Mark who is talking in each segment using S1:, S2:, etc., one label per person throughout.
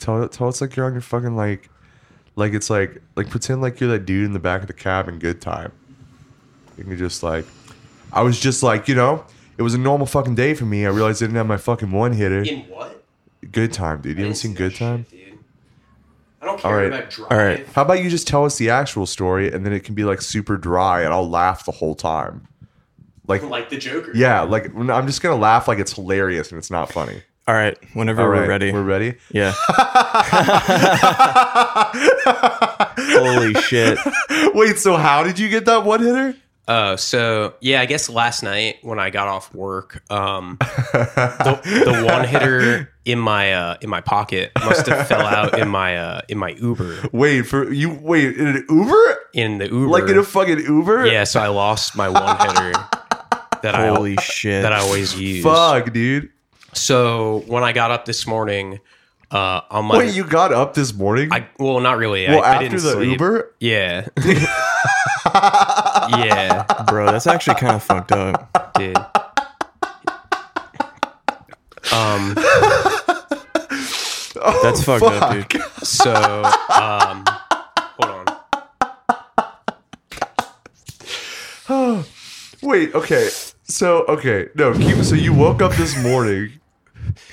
S1: Tell tell it's like you're on your fucking like, like it's like like pretend like you're that dude in the back of the cab in Good Time. You can just like, I was just like you know it was a normal fucking day for me. I realized I didn't have my fucking one hitter.
S2: In what?
S1: Good Time, dude.
S2: I
S1: You haven't
S2: didn't see
S1: seen
S2: that
S1: Good
S2: shit,
S1: Time?
S2: dude. I don't care
S1: All right.
S2: about drive.
S3: All right.
S1: How about you just tell us the actual story and then it can be like super dry and I'll laugh the whole time. Like
S2: Like the Joker.
S1: yeah, like I'm just gonna laugh like it's hilarious and it's not funny.
S3: All right, whenever
S1: All
S3: we're
S1: right,
S3: ready.
S1: We're ready.
S3: yeah. Holy shit.
S1: Wait, so how did you get that one hitter?
S2: Uh, so yeah, I guess last night when I got off work, um, the, the one hitter in my uh, in my pocket must have fell out in my uh, in my Uber
S1: Wait for you. Wait in an Uber,
S2: in the Uber.
S1: like in a fucking Uber.
S2: yeah, so I lost my one hitter that
S3: Holy
S2: I
S3: shit.
S2: that I always use.
S1: Fuck, dude.
S2: So when I got up this morning, uh, on my
S1: Wait, you got up this morning?
S2: I well not really.
S1: well,
S2: I, I
S1: after
S2: didn't
S1: the
S2: sleep.
S1: Uber.
S2: Yeah. yeah,
S3: Bro, that's actually kind of fucked up.
S2: dude. Um.
S1: Oh,
S3: That's fucked up, dude.
S2: So, um, hold on.
S1: Wait, okay. So okay, no. Keep, so you woke up this morning.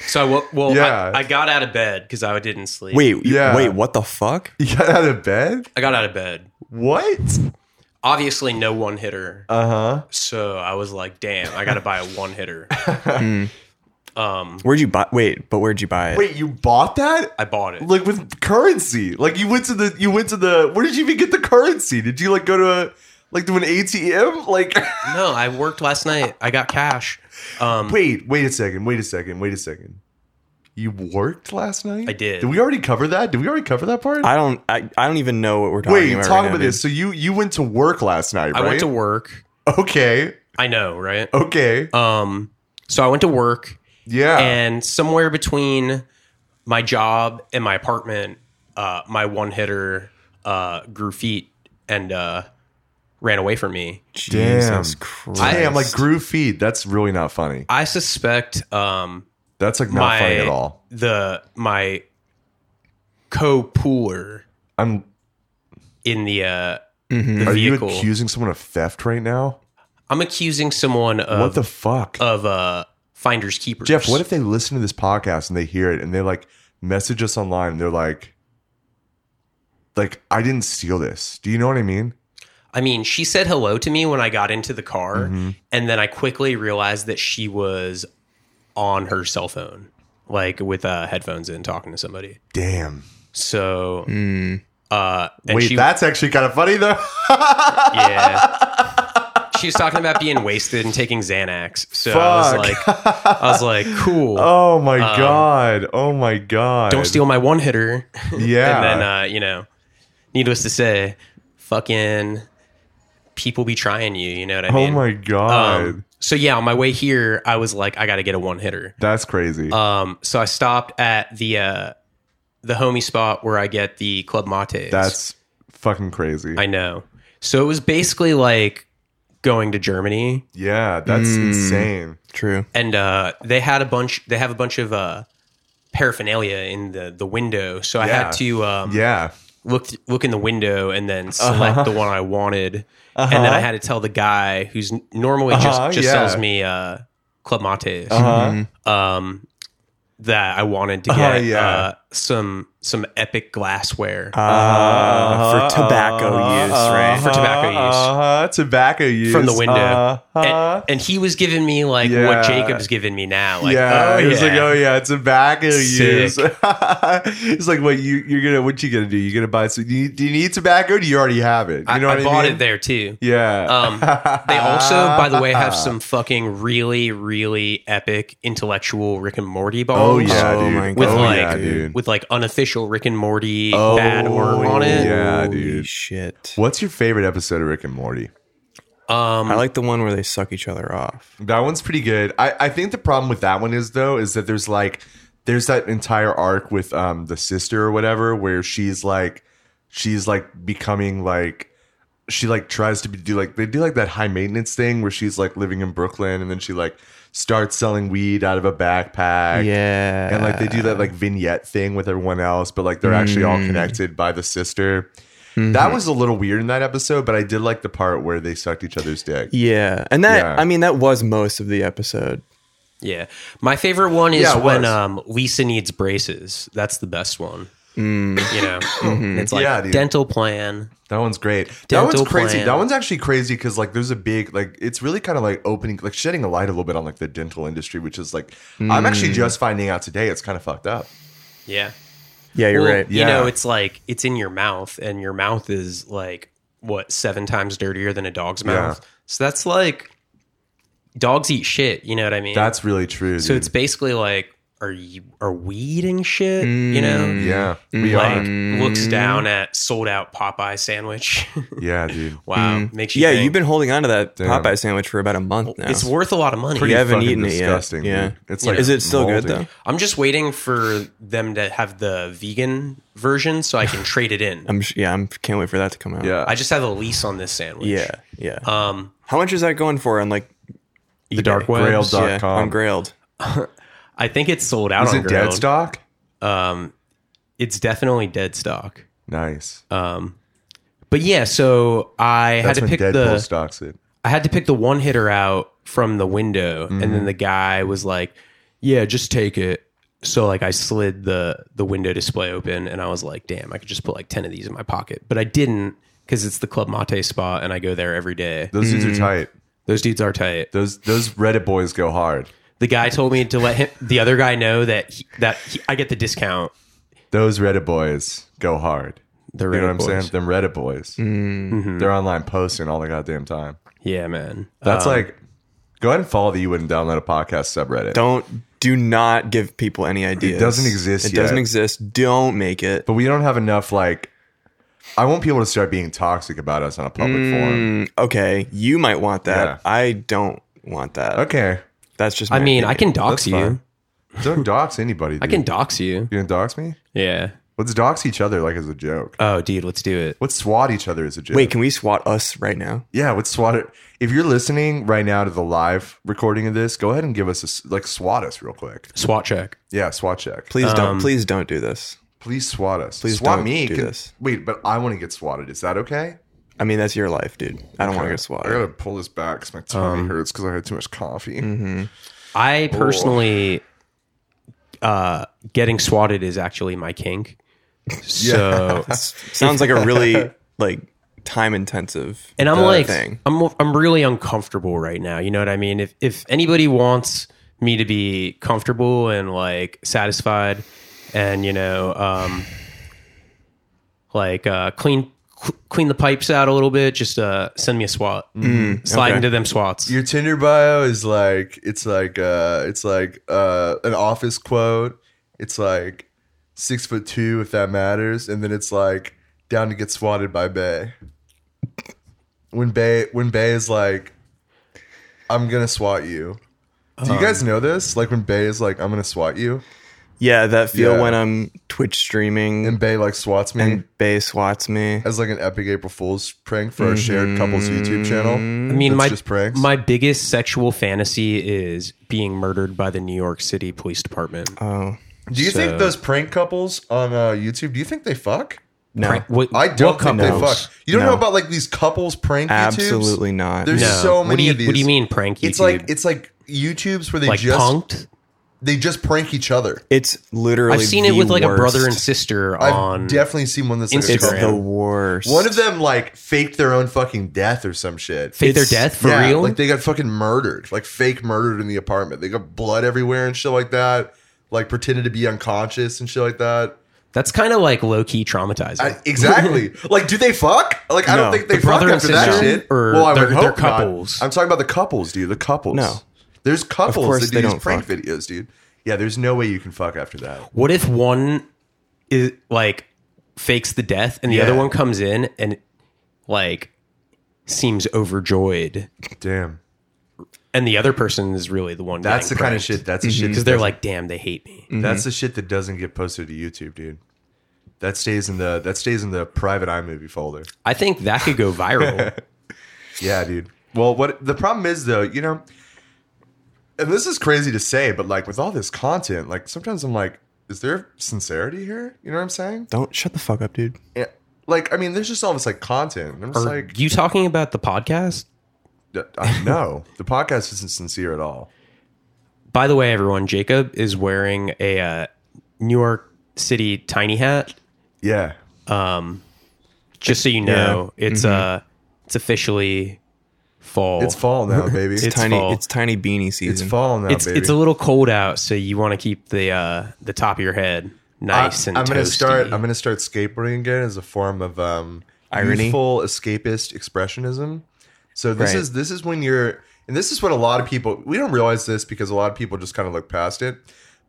S2: So, I, wo- well,
S1: Yeah.
S2: I, I got out of bed because I didn't sleep.
S3: Wait,
S1: Yeah.
S3: yeah. wait, what the fuck?
S1: You got out of bed.
S2: I got out of bed.
S1: What?
S2: Obviously, no one hitter. Uh-huh.
S1: Uh
S2: So I was like, damn, I got to buy a one hitter.
S1: Hmm.
S2: um,
S3: Where'd you buy? Wait, but where'd you buy it?
S1: Wait, you bought that?
S2: I bought it.
S1: Like with currency? Like you went to the you went to the where did you even get the currency? Did you like go to a like to an ATM? Like
S2: No, I worked last night. I got cash. Um,
S1: wait, wait a second, wait a second, wait a second. You worked last night?
S2: I did.
S1: Did we already cover that? Did we already cover that part?
S3: I don't. I, I don't even know what we're talking
S1: wait,
S3: about.
S1: talk
S3: right now,
S1: about
S3: dude.
S1: this. So you you went to work last night,
S2: I
S1: right?
S2: went to work.
S1: Okay.
S2: I know, right?
S1: Okay.
S2: Um, so I went to work,
S1: yeah.
S2: and somewhere between my job and my apartment, uh, my one hitter uh, grew feet and uh, ran away from me.
S1: Damn.
S3: Jesus Christ.
S1: Damn, like grew feet. That's really not funny.
S2: I suspect um,
S1: That's like not
S2: my
S1: funny at all.
S2: the my co pooler
S1: I'm
S2: in the uh,
S3: Mhm.
S2: the
S1: are you
S2: vehicle.
S1: accusing someone of theft right now?
S2: I'm accusing someone
S1: what
S2: of
S1: the fuck?
S2: of uh, finders keepers.
S1: Jeff, what if they listen to this podcast and they hear it and they like message us online? They're like, like I didn't steal this. Do you know what I mean?
S2: I mean, she said hello to me when I got into the car,
S1: Mm-hmm.
S2: and then I quickly realized that she was on her cell phone, like with uh, headphones in, talking to somebody.
S1: Damn.
S2: So, uh, and
S1: Hmm. Wait,
S2: she,
S1: that's actually kind of funny though.
S2: yeah, she was talking about being wasted and taking Xanax. So I was
S1: Fuck.
S2: like, I was like, cool.
S1: oh my god. Oh my god.
S2: Um, Don't steal my one hitter.
S1: Yeah.
S2: and then, uh, you know, needless to say, fucking people be trying you. You know what I
S1: oh
S2: mean?
S1: my god.
S2: Um, so yeah, on my way here, I was like, I got to get a one hitter.
S1: that's crazy.
S2: Um, so I stopped at the uh, the homie spot where I get the club mates.
S1: that's fucking crazy.
S2: I know. So it was basically like going to Germany,
S1: yeah, that's
S3: Mm.
S1: insane.
S3: True.
S2: and uh, they had a bunch. They have a bunch of uh, paraphernalia in the the window. So I
S1: Yeah.
S2: had to um,
S1: Yeah.
S2: look look in the window and then
S1: Uh-huh.
S2: select the one I wanted, and then I had to tell the guy who's n- normally
S1: Uh-huh,
S2: just just
S1: yeah.
S2: sells me uh, club mates.
S1: Uh-huh.
S2: um, that I wanted to get
S1: Oh, yeah.
S2: uh, some some epic glassware.
S3: Uh, for tobacco use, right?
S2: For tobacco use.
S1: Uh-huh, tobacco use.
S2: From the window.
S1: Uh-huh.
S2: and, and he was giving me like
S1: Yeah.
S2: what Jacob's giving me now. Like,
S1: yeah,
S2: oh,
S1: he was
S2: yeah.
S1: like, "Oh yeah, tobacco use."
S2: Sick.
S1: He's like, "What you you're gonna what you gonna do? You gonna buy some? Do you, do you need tobacco? Do you already have it? You
S2: I,
S1: know
S2: I
S1: what
S2: bought
S1: mean?
S2: it there too.
S1: Yeah. Ah.
S2: Um, they also, by the way, have some fucking really, really epic intellectual Rick and Morty
S1: oh
S2: bottles.
S1: yeah,
S3: Oh
S1: dude.
S3: my
S2: With
S1: oh
S2: like,
S1: yeah, dude.
S2: with like unofficial Rick and Morty
S1: Oh,
S2: bad art on it.
S1: yeah,
S3: Holy
S1: dude.
S3: shit.
S1: What's your favorite episode of Rick and Morty?
S2: Um,
S3: I like the one where they suck each other off.
S1: That one's pretty good. I, I think the problem with that one is though is that there's like there's that entire arc with um the sister or whatever where she's like she's like becoming like she like tries to be, do like they do like that high maintenance thing where she's like living in Brooklyn and then she like starts selling weed out of a backpack.
S3: Yeah.
S1: And like they do that
S2: Ah.
S1: like vignette thing with everyone else, but like they're actually
S2: Mm.
S1: all connected by the sister.
S2: Mm-hmm.
S1: That was a little weird in that episode, but I did like the part where they sucked each other's dick.
S3: Yeah. And that,
S1: Yeah.
S3: I mean, that was most of the episode.
S2: Yeah. My favorite one is
S1: Yeah, it
S2: when
S1: was.
S2: um, Lisa needs braces. That's the best one. You know, And it's like
S1: Mm. Mm-hmm. Yeah, dude.
S2: dental plan.
S1: That one's great. that
S2: Dental
S1: one's crazy.
S2: plan.
S1: That one's actually crazy because like there's a big like it's really kind of like opening like shedding a light a little bit on like the dental industry, which is like I'm
S2: Mm.
S1: actually just finding out today. It's kind of fucked up.
S2: Yeah.
S3: Yeah, you're
S2: Well,
S3: right.
S2: You know,
S1: Yeah.
S2: it's like it's in your mouth, and your mouth is like what seven times dirtier than a dog's mouth. So that's like dogs eat shit. You know what I mean?
S1: That's really true.
S2: so
S1: dude.
S2: it's basically like are you are we eating shit? You know,
S1: yeah, we uh,
S2: like
S1: are.
S2: looks down at sold out Popeye sandwich.
S1: Yeah, dude.
S2: wow, makes you
S3: yeah,
S2: think.
S3: you've been holding on to that
S1: Damn.
S3: Popeye sandwich for about a month now.
S2: It's worth a lot of money.
S3: Pretty- You haven't
S1: Fucking
S3: eaten it yet.
S1: disgusting,
S3: Yeah.
S1: dude. It's
S2: Yeah.
S1: like
S3: Is it still good
S1: moldy.
S3: though?
S2: I'm just waiting for them to have the vegan version so I can trade it in.
S3: I'm sh- yeah, I'm can't wait for that to come out.
S1: Yeah,
S2: I just have a lease on this sandwich.
S3: yeah, yeah.
S2: Um,
S3: How much is that going for on like
S2: the dark web.
S1: Grailed
S3: yeah,
S1: Grailed.com.
S3: on Grailed?
S2: I think it's sold out
S1: Is
S2: on
S1: it dead
S2: Ground.
S1: stock?
S2: Um, it's definitely dead stock.
S1: Nice.
S2: Um, but yeah, so I
S1: That's
S2: had to
S1: when
S2: pick
S1: Deadpool
S2: the
S1: stocks it.
S2: I had to pick the one hitter out from the window, and
S1: Mm-hmm.
S2: then the guy was like, "Yeah, just take it." So like I slid the the window display open, and I was like, "Damn, I could just put like ten of these in my pocket," but I didn't because it's the Club Mate spot, and I go there every day.
S1: Those dudes are tight.
S2: Those dudes are tight.
S1: Those those Reddit boys go hard.
S2: The guy told me to let him, the other guy know that he, that he, I get the discount.
S1: Those Reddit boys go hard.
S2: The
S1: You know what I'm
S2: Reddit boys. Mm-hmm.
S1: saying? Them Reddit boys. They're online posting all the goddamn time.
S2: Yeah, man. Um,
S1: That's like, go ahead and follow the You Wouldn't Download a Podcast subreddit.
S3: Don't do not give people any ideas.
S1: doesn't exist
S3: It
S1: yet.
S3: doesn't exist. Don't make it.
S1: But we don't have enough, like, I want people to start being toxic about us on a public forum.
S3: Mm, okay, you might want that.
S1: Yeah.
S3: I don't want that.
S1: Okay.
S3: That's just.
S2: I
S3: my
S2: mean, I
S3: opinion.
S2: can dox
S1: That's
S2: you.
S1: fine. Don't dox anybody.
S2: I can dox you.
S1: You gonna dox me?
S2: Yeah.
S1: Let's dox each other like as a joke.
S2: Oh, dude, let's do it.
S1: Let's swat each other as a joke.
S3: Wait, can we swat us right now?
S1: Yeah, let's swat it. If you're listening right now to the live recording of this, go ahead and give us a, s- like, swat us real quick.
S2: SWAT check.
S1: Yeah, swat check.
S3: Please don't. Please don't do this.
S1: Please swat us.
S3: Please
S1: swat
S3: don't
S1: me.
S3: do
S1: Can-
S3: this.
S1: Wait, but I want to get swatted. Is that okay?
S3: I mean, that's your life, dude. I don't want to get
S1: I
S3: swatted.
S1: gotta pull this back because my tummy
S3: Um,
S1: hurts because I had too much coffee.
S3: mm-hmm.
S2: I personally, uh, getting swatted is actually my kink. So,
S3: S- Sounds like a really like time intensive.
S2: and I'm
S3: uh,
S2: like,
S3: thing.
S2: I'm I'm really uncomfortable right now. You know what I mean? If if anybody wants me to be comfortable and like satisfied, and you know, um, like uh, clean cl- clean the pipes out a little bit, just uh, send me a SWAT. Slide
S3: Mm, okay.
S2: into them SWATs.
S1: Your Tinder bio is like it's like uh it's like uh an office quote. It's like six foot two if that matters, and then it's like down to get swatted by Bay. When Bay when Bay is like, I'm gonna swat you. Do you
S3: Um,
S1: guys know this? Like when Bay is like, I'm gonna swat you,
S3: Yeah, that feel
S1: Yeah.
S3: when I'm Twitch streaming
S1: and
S3: and,
S1: Bay like swats me.
S3: Bay swats me.
S1: as like an epic April Fool's prank for our shared couples YouTube channel.
S2: I mean,
S1: That's
S2: my
S1: just pranks.
S2: my biggest sexual fantasy is being murdered by the New York City Police Department.
S1: Uh,
S3: Oh
S1: do you
S2: so-
S1: think those prank couples on uh, YouTube? Do you think they fuck?
S3: no,
S2: Prank- what-
S1: I don't
S2: what
S1: think they
S2: couples?
S1: fuck. You don't
S3: No.
S1: know about like these couples prank YouTubes?
S3: absolutely not.
S1: There's
S2: No.
S1: so
S2: What do
S1: many
S2: you-
S1: of these.
S2: What do you mean prank YouTube?
S1: It's like it's like YouTubes where they
S2: like
S1: just
S2: punked.
S1: they just prank each other.
S3: It's literally.
S2: I've seen it
S3: the
S2: with like a brother
S3: worst.
S2: and sister
S1: I've
S2: on.
S1: definitely seen one that's like a
S3: It's
S2: Instagram.
S1: couple.
S3: the worst.
S1: one of them like faked their own fucking death or some shit.
S2: fake their
S3: it's-
S2: death for
S1: Yeah,
S2: real.
S1: Like they got fucking murdered, like fake murdered in the apartment. They got blood everywhere and shit like that. Like pretended to be unconscious and shit like that.
S2: That's kind of like low key traumatizing.
S1: I, exactly. like, do they fuck? Like, I
S3: No.
S1: don't think they
S2: The
S1: fuck
S2: brother and
S1: after that
S2: sister?
S1: shit.
S2: Or
S1: I
S2: they're-
S1: would hope
S2: they're
S1: not.
S2: couples?
S1: I'm talking about the couples, dude. The couples.
S3: No.
S1: there's couples
S3: course
S1: that do
S3: they
S1: these
S3: don't
S1: prank
S3: fuck.
S1: videos, dude. Yeah, there's no way you can fuck after that.
S2: what if one is like fakes the death and the
S1: Yeah.
S2: other one comes in and like seems overjoyed,
S1: Damn,
S2: and the other person is really the one.
S1: that's the kind of shit. That's the shit
S2: because
S1: that doesn't-
S2: Mm-hmm. they're mm-hmm. like, damn, they hate me.
S1: that's the shit that doesn't get posted to YouTube, dude. That stays in the that stays in the private iMovie folder.
S2: I think that could go viral.
S1: Yeah, dude. Well, what the problem is though, you know, and this is crazy to say, but like with all this content, like sometimes I'm like, is there sincerity here? You know what I'm saying?
S3: Don't shut the fuck up, dude.
S1: Yeah. Like, I mean, there's just all this like content. and I'm just
S2: Are
S1: like,
S2: you talking about the podcast?
S1: d- I know the podcast isn't sincere at all.
S2: By the way, everyone, Jacob is wearing a uh, New York City tiny hat.
S1: Yeah.
S2: Just so you know, it's uh, it's officially fall.
S1: Mm-hmm. It's fall now, baby.
S2: It's
S1: It's,
S3: Tiny,
S2: fall.
S3: it's tiny beanie season.
S1: fall now,
S2: It's
S1: baby.
S2: it's a little cold out, so you want to keep the uh, the top of your head nice and.
S1: I'm gonna
S2: toasty.
S1: start. I'm gonna start skateboarding again as a form of um,
S3: Irony.
S1: youthful escapist expressionism. So this
S3: Right.
S1: is this is when you're, and this is what a lot of people we don't realize this because a lot of people just kind of look past it.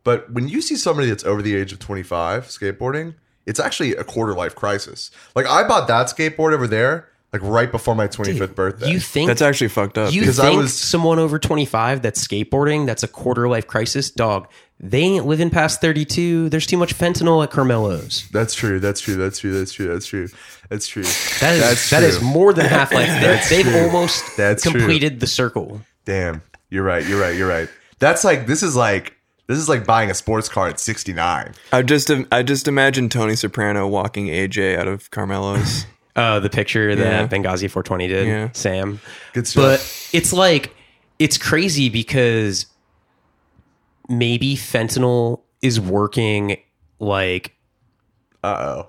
S1: But when you see somebody that's over the age of 25 skateboarding, it's actually a quarter life crisis. Like I bought that skateboard over there, like right before my 25th birthday.
S2: You think
S3: That's actually fucked up.
S2: You
S3: dude.
S1: Uh, Because I
S2: think
S1: was-
S2: someone over 25 that's skateboarding, that's a quarter life crisis, dog, they ain't living past 32. There's too much fentanyl at Carmelo's.
S1: that's true. That's true. That's true. That's true. That's true. That's true.
S2: That is,
S1: That's
S2: that is
S1: true.
S2: more than half life. They've almost
S1: That's true.
S2: completed the circle.
S1: Damn, you're right. You're right. You're right. That's like this is like this is like buying a sports car at 69.
S3: I just I just imagine Tony Soprano walking AJ out of Carmelo's.
S2: Uh, the picture that
S3: Yeah.
S2: Benghazi 420 did,
S3: Yeah.
S2: Sam.
S1: Good stuff.
S2: But it's like, it's crazy because maybe fentanyl is working like
S1: Uh oh.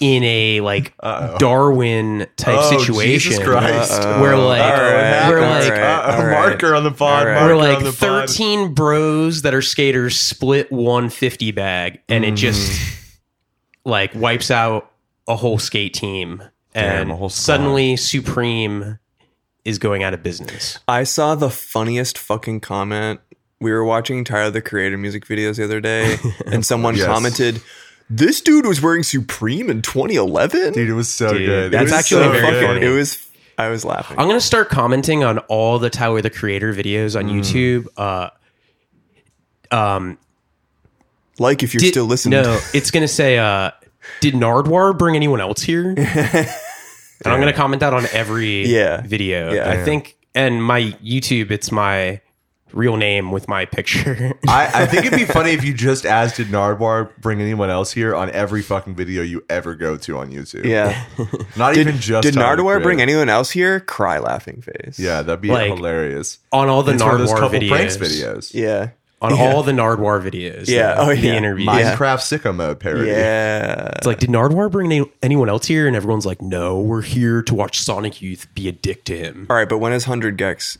S2: in a like Darwin type
S1: Oh,
S2: situation.
S1: Jesus Christ. Uh-oh.
S2: Where like,
S1: All right,
S2: where
S1: all
S2: like,
S1: right,
S3: all
S1: a
S3: right.
S1: marker on the pod.
S3: All right.
S1: marker
S2: We're
S1: on
S2: like
S1: the pod.
S2: 13 bros that are skaters split 150 bag and it just
S1: Mm.
S2: like wipes out a whole skate team and
S1: Damn, a whole squad.
S2: suddenly Supreme is going out of business.
S3: I saw the funniest fucking comment. We were watching Tyler the Creator music videos the other day, and someone
S1: Yes.
S3: commented, "This dude was wearing Supreme in 2011."
S1: Dude, it was so
S2: Dude,
S1: good. It
S2: that's
S1: was
S2: actually
S1: so
S2: very
S1: good.
S2: funny.
S3: It was. I was laughing.
S2: I'm going to start commenting on all the Tyler the Creator videos
S1: Mm.
S2: on YouTube. Uh um
S3: like if you're
S2: did-
S3: still listening.
S2: No, it's going to say uh did Nardwar bring anyone else here? and I'm going to comment that on every
S3: Yeah.
S2: video.
S3: Yeah.
S2: I think and my YouTube it's my real name with my picture.
S1: I, I think it'd be funny if you just asked did Nardwar bring anyone else here on every fucking video you ever go to on YouTube.
S3: Yeah.
S1: Not
S3: did
S1: even just
S3: did
S1: Tyler, the
S3: Nardwar bring
S1: Creator.
S3: anyone else here? Cry laughing face.
S1: Yeah, that'd be
S2: Like,
S1: hilarious.
S2: on all the
S1: It's one of those
S2: Nardwar
S1: couple
S2: videos,
S1: pranks videos.
S3: Yeah.
S2: On
S3: Yeah.
S2: all the Nardwar videos.
S3: Yeah.
S2: the-
S3: Oh,
S2: The
S3: yeah.
S2: interviews.
S1: Minecraft sicko mode parody.
S3: Yeah.
S2: It's like, did Nardwar bring any- anyone else here? And everyone's like, no, we're here to watch Sonic Youth be a dick to him.
S3: All right, but when is Hundred Gex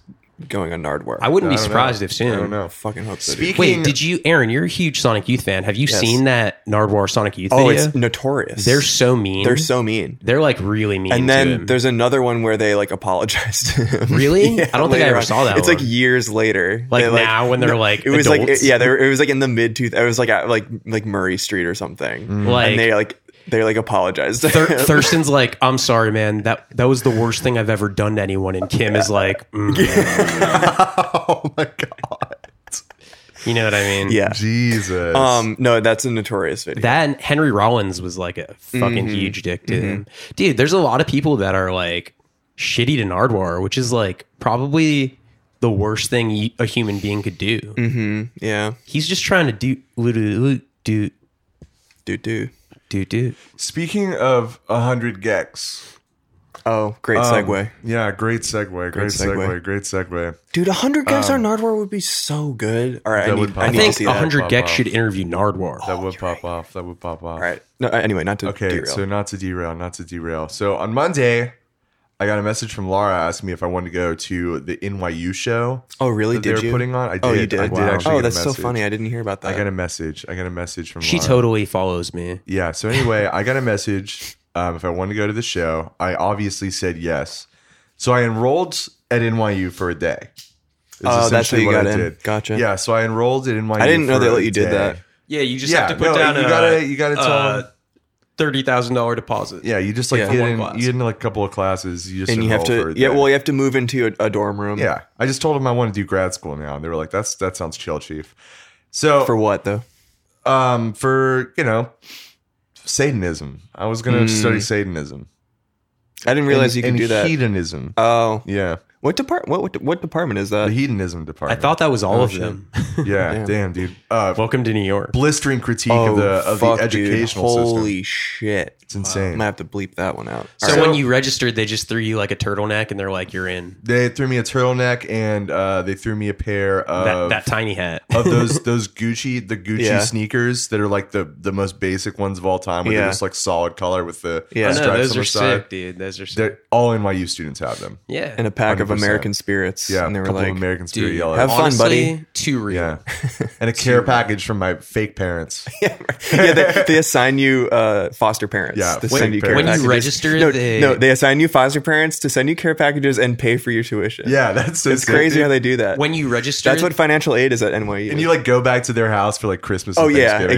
S3: going on Nardwar?
S2: I wouldn't
S1: I
S2: be
S1: don't
S2: surprised
S1: know.
S2: if soon.
S1: I don't know.
S3: fucking hope so. dude.
S1: Speaking
S2: Wait, did you, Aaron? You're a huge Sonic Youth fan. Have you seen that Nardwar Sonic Youth
S3: Oh,
S2: video?
S3: it's notorious.
S2: They're so mean.
S3: they're so mean.
S2: They're like really mean.
S3: And
S2: to
S3: then
S2: him.
S3: there's another one where they like apologized to him.
S2: Really? I don't think I
S3: later
S2: ever
S3: on.
S2: saw that
S3: It's like
S2: one.
S3: years later.
S2: Like
S3: They,
S2: now when they're, like,
S3: it was like
S2: adults?
S3: it- yeah, they were, it was like in the mid two. It was like at, like like Murray Street or something.
S2: Mm. Like-
S3: and they like they like apologized. to
S2: Thur-
S3: him.
S2: Thurston's like, I'm sorry, man. That that was the worst thing I've ever done to anyone. And Kim is like, "Mm."
S1: oh my god.
S2: you know what I mean?
S3: yeah.
S1: Jesus.
S3: Um. No, that's a notorious video.
S2: That and Henry Rollins was like a
S3: Mm-hmm.
S2: fucking huge dick to him. Dude, there's a lot of people that are like shitty to Nardwar, which is like probably the worst thing y- a human being could do.
S3: Mm. yeah.
S2: He's just trying to do do do
S3: Do do.
S2: do do.
S1: Speaking of 100 gex.
S3: Oh, great
S1: Um,
S3: segue,
S1: Yeah, great segue. Great, segue.
S3: segue.
S1: Great segue.
S3: dude. hundred Gex
S2: um,
S3: on Nardwar would be so good. All right, I
S1: that
S3: need,
S1: would
S3: I
S2: I
S3: need
S2: think
S3: to see that.
S2: 100
S1: pop
S2: Gex
S1: up.
S2: should interview Nardwar.
S1: That would pop off. That would pop off.
S3: All right. No, anyway, not to
S1: Okay,
S3: derail.
S1: so not to derail, not to derail. So on Monday, I got a message from Laura asking me if I wanted to go to the NYU show.
S3: oh, really?
S1: that they
S3: Did
S1: were
S3: you?
S1: putting on. I
S3: Oh, you
S1: did.
S3: did.
S1: I did actually get
S3: oh,
S1: a
S3: that's so
S1: message.
S3: funny. I didn't hear about that.
S1: I got a message. I got a message from
S2: She
S1: Laura.
S2: totally follows me.
S1: Yeah. So anyway, I got a message um, if I wanted to go to the show. I obviously said yes. So I enrolled at NYU for a day. is
S3: Oh, that's how
S1: essentially
S3: you
S1: what
S3: got
S1: I
S3: in.
S1: did.
S3: Gotcha.
S1: Yeah. So I enrolled at NYU.
S3: I didn't know
S1: for
S3: they let
S1: a
S3: you did
S1: day.
S3: that.
S2: Yeah, you just
S1: yeah. no, you gotta you gotta tell. them-
S2: uh, thirty thousand dollar deposit.
S1: yeah. You just like
S3: yeah.
S1: get
S2: one
S1: in.
S2: class.
S1: You get in like a couple of classes. You just
S3: and you have
S1: enroll for
S3: to
S1: a
S3: yeah
S1: day.
S3: well you have to move into a, a dorm room
S1: yeah. I just told them I want to do grad school now, and they were like, "That's that sounds chill, chief." So
S3: for what though
S1: um for you know Satanism. I was gonna study Satanism.
S3: I didn't Mm. realize
S1: And-
S3: you could
S1: and
S3: do that.
S1: Hedonism.
S3: oh,
S1: yeah,
S3: what depart? What, what what department is
S1: the
S3: that?
S1: hedonism
S2: I
S1: department.
S2: thought that was all of
S3: shit.
S2: them.
S1: Yeah, damn, dude. Uh,
S2: Welcome to New York.
S1: blistering critique of the of
S3: Oh, fuck,
S1: the
S3: dude.
S1: educational system.
S3: Holy shit!
S1: It's insane.
S3: I'm gonna have to bleep that one out.
S2: So
S3: All right.
S2: when you registered, they just threw you like a turtleneck, and they're like, "You're in
S1: They threw me a turtleneck and uh, they threw me a pair of
S2: that, that tiny hat."
S1: of those those Gucci the Gucci
S3: Yeah.
S1: sneakers that are like the the most basic ones of all time. Where
S3: Yeah.
S1: they're just like solid color with the
S3: Yeah. I know,
S1: stripes
S2: Oh, no, those
S1: on the
S2: are
S1: side.
S2: sick, dude. Those are sick.
S1: They're, all NYU students have them.
S2: yeah,
S3: in a pack of
S1: 100%.
S3: American spirits,
S1: Yeah,
S3: and they
S1: a
S3: were
S1: couple
S3: like,
S1: of American Spirit
S2: dude,
S1: yellows.
S3: Have fun,
S2: honestly,
S3: buddy.
S2: Too real.
S1: yeah, and a care package from my fake parents.
S3: yeah, they, they assign you uh, foster parents.
S1: Yeah,
S3: to
S1: when-
S3: send you care
S1: when you
S3: packages.
S2: register,
S3: no,
S2: they-
S3: no, they assign you foster parents to send you care packages and pay for your tuition.
S1: Yeah, that's so
S3: it's
S1: sick,
S3: crazy
S1: dude.
S3: how they do that.
S2: When you register,
S3: that's what financial aid is at NYU.
S1: and you like go back to their house for like Christmas.
S3: oh
S1: and
S3: yeah,
S1: Thanksgiving.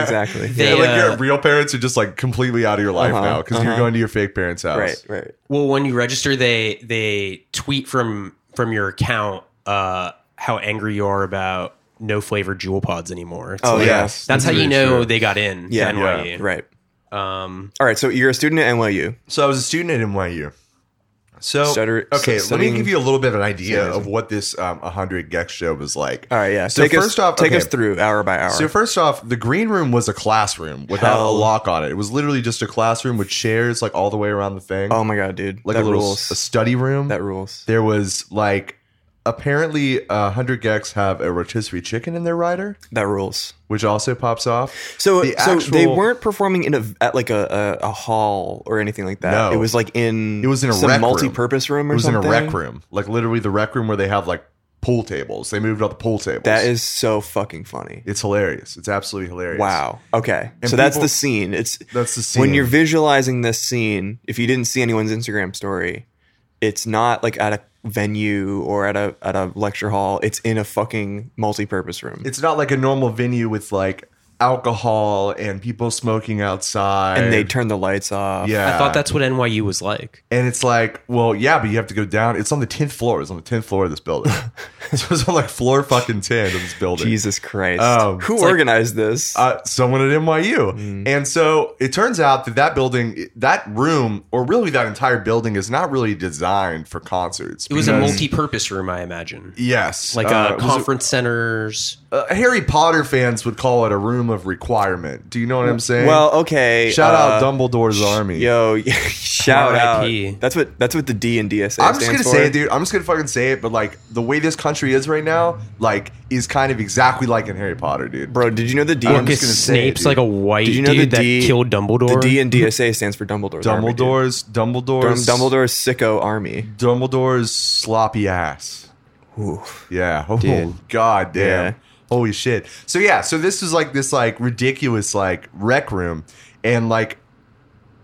S3: exactly.
S1: Yeah,
S2: They,
S1: like
S2: uh,
S1: your real parents are just like completely out of your life
S3: Uh-huh,
S1: now because you're
S3: uh-huh.
S1: going to your fake parents' house.
S3: Right, right.
S2: well, when you register, they they tweet from from your account uh, how angry you are about no flavored jewel pods anymore. It's
S3: Oh,
S2: like,
S3: yeah.
S1: Yes,
S2: that's how
S1: very
S2: you know
S1: true.
S2: they got in. to
S3: Yeah,
S2: NYU.
S3: Right.
S2: Um,
S3: All right. So you're a student at NYU.
S1: So I was a student at NYU. So
S3: Stutter-
S1: okay,
S3: stu-
S1: let me
S3: studying-
S1: give you a little bit of an idea
S3: Satanism.
S1: of what this um, 100 Gex show was like.
S3: All right. Yeah.
S1: So
S3: take
S1: first
S3: us,
S1: off,
S3: take
S1: okay.
S3: us through hour by hour.
S1: So first off, the green room was a classroom without a
S3: Hell.
S1: lock on it. It was literally just a classroom with chairs like all the way around the thing.
S3: oh my god, dude.
S1: like
S3: that
S1: a little
S3: rules.
S1: a study room.
S3: that rules.
S1: there was like apparently uh, 100 Gex have a rotisserie chicken in their rider,
S3: That rules.
S1: which also pops off.
S3: So,
S1: The
S3: so they
S1: actual-
S3: weren't performing in a at like a, a, a hall or anything like that.
S1: No.
S3: It was like in
S1: It was in a
S3: some
S1: rec room.
S3: multi-purpose room. or
S1: It was
S3: something.
S1: in a rec room, like literally the rec room where they have like pool tables. They moved all the pool tables.
S3: That is so fucking funny.
S1: It's hilarious. It's absolutely hilarious.
S3: Wow. Okay.
S1: And
S3: so that's
S1: people-
S3: the scene. It's
S1: That's the scene.
S3: when you're visualizing this scene. If you didn't see anyone's Instagram story, it's not like at a venue or at a at a lecture hall. It's in a fucking multi-purpose room.
S1: it's not like a normal venue with like alcohol and people smoking outside.
S3: and they turn the lights off.
S1: yeah.
S2: I thought that's what NYU was like.
S1: and it's like, well, yeah, but you have to go down. It's on the tenth floor. It's on the tenth floor of this building. so it's on like floor fucking ten of this building.
S3: Jesus Christ.
S1: Um,
S3: Who
S2: like-
S3: organized this?
S1: uh, someone at NYU.
S3: Mm.
S1: And so it turns out that that building, that room, or really that entire building is not really designed for concerts.
S2: It was a
S1: because-
S2: multi-purpose room, I imagine,
S1: Yes.
S2: like
S1: uh,
S2: uh,
S1: it was
S2: conference centers.
S1: uh, Harry Potter fans would call it a room of requirement. Do you know what I'm saying?
S3: well, okay.
S1: shout out
S3: uh,
S1: Dumbledore's army.
S3: Yo, shout
S2: R.I.P..
S3: out. That's what that's what the D and DSA.
S1: I'm just gonna
S3: stands
S1: say
S3: for.
S1: it, dude. I'm just gonna fucking say it. But like the way this country is right now, like is kind of exactly like in Harry Potter, dude.
S3: bro. Did you know the D?
S1: I'm
S2: Orcus
S1: just gonna say it,
S2: Snape's
S1: dude.
S2: like a white
S3: Did you know
S2: dude
S3: the
S2: that
S3: D-
S2: killed Dumbledore.
S3: The D and DSA stands for Dumbledore's Army, dude.
S1: Dumbledore's
S3: Dum-
S1: Dumbledore's
S3: Dumbledore's sicko army.
S1: Dumbledore's sloppy ass.
S3: Ooh.
S1: Yeah. Oh
S2: Dude.
S1: god damn.
S3: Yeah.
S1: Holy shit. So yeah, so this is like this like ridiculous like rec room and like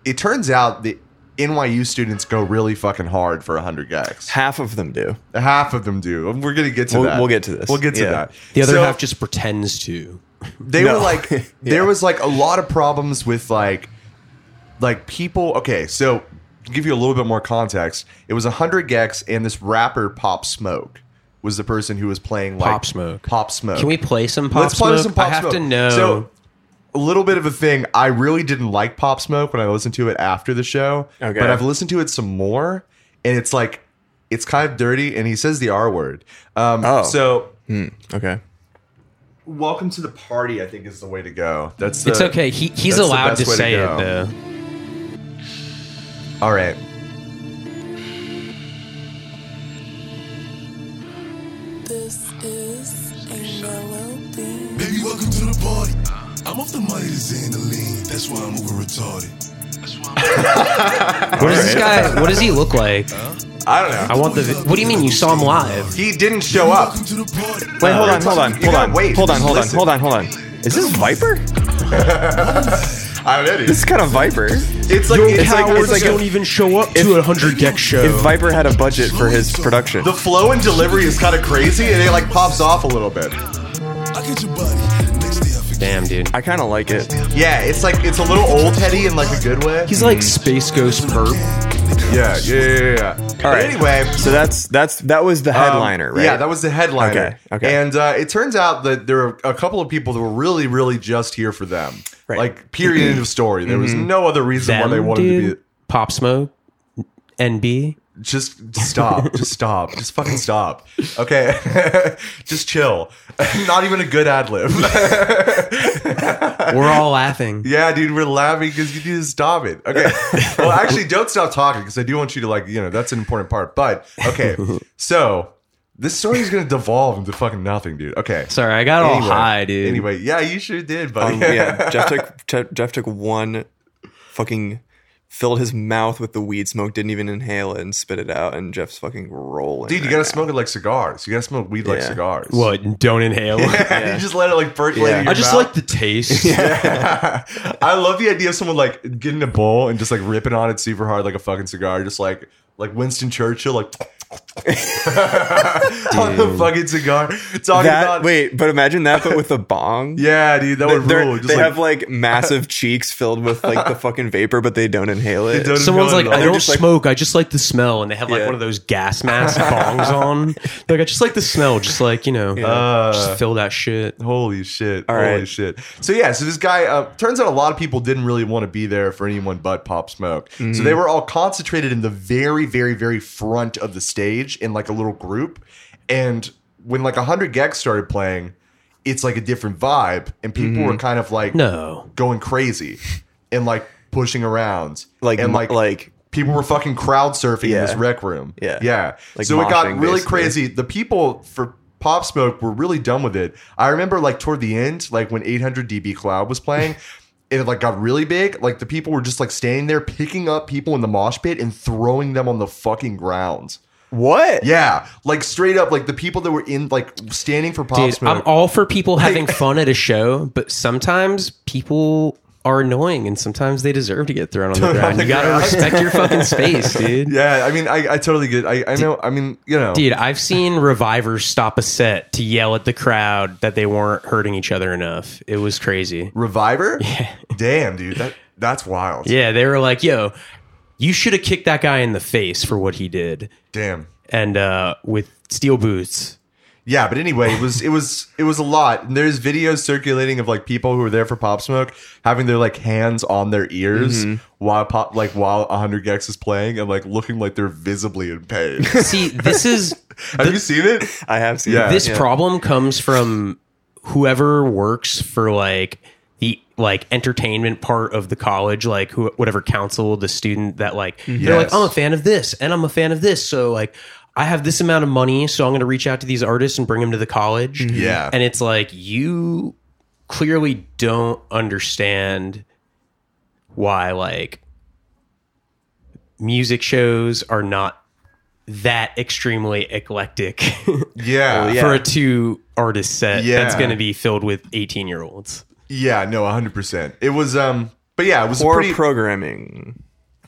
S1: it turns out that NYU students go really fucking hard for 100 gex.
S3: Half of them do.
S1: Half of them do. We're going to get to
S3: We'll-
S1: that.
S3: we'll get to this.
S1: We'll get to
S3: Yeah.
S1: that.
S2: the other
S1: So-
S2: half just pretends to.
S1: they
S3: No.
S1: were like
S3: Yeah.
S1: there was like a lot of problems with like like people okay so to give you a little bit more context it was 100 gex and this rapper pop smoke was the person who was playing like
S2: Pop Smoke.
S1: pop smoke
S2: Can we play some pop
S1: Oh. let's
S2: smoke?
S1: play some pop
S2: I have
S1: smoke
S2: to know.
S1: so a little bit of a thing i really didn't like pop smoke when i listened to it after the show
S3: Okay.
S1: but i've listened to it some more and it's like it's kind of dirty and he says the r word um
S3: Oh.
S1: so
S3: Okay.
S1: welcome to the party i think is the way to go that's the,
S2: it's okay. He,
S1: uh, that's
S2: he's
S1: the
S2: allowed
S1: best
S2: to
S1: way to
S2: say
S1: go.
S2: it though.
S1: All right.
S4: This is a mellow beat.
S5: Baby, welcome to the party. I'm off the money to Xandaline. That's why I'm moving retarded.
S2: What does this guy? What does he look like?
S1: I don't know.
S2: I want the. vi- What do you mean you saw him live?
S1: He didn't show up.
S5: Welcome to the party.
S3: Wait, hold
S1: Uh,
S3: on, hold on,
S1: you
S3: hold
S1: gotta
S3: on,
S1: wait,
S3: hold on,
S1: just
S3: hold on,
S1: listen.
S3: hold on, hold on. Is this Viper?
S1: I don't know. dude.
S3: This is kind of Viper.
S1: It's like, it's like,
S3: cowards
S1: it's like
S3: don't
S2: even show up
S3: to a
S2: hundred deck show.
S3: If Viper had a budget for his production,
S1: the flow and delivery is kind of crazy, and it like pops off a little bit.
S5: I get your body. Next day I forget.
S2: Damn, dude.
S3: I kind of like it.
S1: Yeah, it's like it's a little old heady in like a good way.
S2: He's like Space Ghost Perp.
S1: yeah, yeah, yeah, yeah. yeah. But
S3: right.
S1: Anyway,
S3: So that's that's that was the
S1: um,
S3: headliner, right?
S1: Yeah, that was the headliner.
S3: Okay, okay.
S1: And uh, it turns out that there are a couple of people that were really, really just here for them.
S3: Right. Mm-hmm.
S1: Like period end of story. There was no other reason
S2: Them,
S1: why they wanted
S2: dude,
S1: to be
S2: Pop Smoke, NB.
S1: just stop. just stop. Just fucking stop. Okay. just chill. Not even a good ad lib.
S2: We're all laughing.
S1: yeah, dude, we're laughing because you need to stop it. Okay. Well, actually, don't stop talking because I do want you to like, you know, that's an important part. But okay. So this story is gonna devolve into fucking nothing, dude. Okay.
S2: Sorry, I got all high, dude.
S1: Anyway, yeah, you sure did, buddy.
S3: Oh, Um, yeah, Jeff took Je- Jeff took one fucking filled his mouth with the weed smoke, didn't even inhale it, and spit it out. And Jeff's fucking rolling.
S1: Dude, you
S3: right
S1: gotta
S3: now.
S1: smoke it like cigars. You gotta smoke weed like
S3: Yeah.
S1: cigars.
S2: What? Don't inhale.
S1: you just let it like percolate.
S3: Yeah.
S1: in your
S2: I just
S1: mouth.
S2: like the taste.
S1: I love the idea of someone like getting a bowl and just like ripping on it super hard like a fucking cigar, just like like Winston Churchill, like on the fucking cigar. Talking
S3: That-
S1: about
S3: wait, but imagine that, but with a bong.
S1: yeah, dude, that
S3: They're-
S1: would rule. Just
S3: they
S1: like,
S3: have like massive cheeks filled with like the fucking vapor, but they don't inhale it.
S1: don't-
S2: Someone's like, I
S1: They're
S2: don't
S3: just like-
S2: smoke. I just like the smell. And they have like
S3: Yeah.
S2: one of those gas mask bongs on. Like, I just like the smell. Just like, you know,
S1: Uh,
S2: just fill that shit.
S1: Holy shit!
S3: All
S1: holy
S3: right.
S1: shit! So yeah, so this guy uh, turns out a lot of people didn't really want to be there for anyone but Pop Smoke. So
S3: Mm.
S1: they were all concentrated in the very, very, very front of the stage in like a little group. And when like hundred gags started playing, it's like a different vibe, and people
S3: Mm-hmm.
S1: were kind of like
S2: No.
S1: going crazy and like pushing around,
S3: like
S1: and like
S3: like
S1: people were fucking crowd surfing
S3: Yeah.
S1: in this rec room.
S3: Yeah.
S1: Yeah.
S3: Like
S1: so it got
S3: moshing,
S1: really
S3: basically.
S1: crazy. The people for Pop Smoke were really done with it. I remember like toward the end, like when 800 dB Cloud was playing, it like got really big. Like the people were just like standing there picking up people in the mosh pit and throwing them on the fucking ground.
S3: what?
S1: Yeah. Like straight up, like the people that were in like standing for Pop
S2: Dude,
S1: Smoke.
S2: I'm all for people having fun at a show, but sometimes people are annoying and sometimes they deserve to get thrown on the ground.
S1: the
S2: You got to
S1: ground.
S2: respect your fucking space, dude.
S1: yeah, I mean, I, I totally get. I, I know. I mean, you know,
S2: Dude, I've seen revivers stop a set to yell at the crowd that they weren't hurting each other enough. It was crazy.
S1: Reviver. Damn, dude, that that's wild.
S2: Yeah, they were like, yo, you should have kicked that guy in the face for what he did.
S1: Damn.
S2: And uh, with steel boots.
S1: Yeah, but anyway, it was it was it was a lot. And there's videos circulating of like people who were there for Pop Smoke having their like hands on their ears while pop like while 100 Gex is playing and like looking like they're visibly in pain.
S2: See, this is
S1: Have you seen it?
S3: I have seen
S1: Yeah.
S3: that,
S2: this problem comes from whoever works for like the like entertainment part of the college like who, whatever council the student that like they're like
S1: Yes.
S2: i'm a fan of this and i'm a fan of this so like i have this amount of money so i'm going to reach out to these artists and bring them to the college
S1: Mm-hmm. Yeah.
S2: and it's like you clearly don't understand why like music shows are not that extremely eclectic
S1: Yeah.
S3: Well, yeah.
S2: for a two artist set
S1: Yeah.
S2: that's going to be filled with 18 year olds.
S1: Yeah, no, 100%. It was um but yeah, it was a
S3: or
S1: pretty
S3: programming.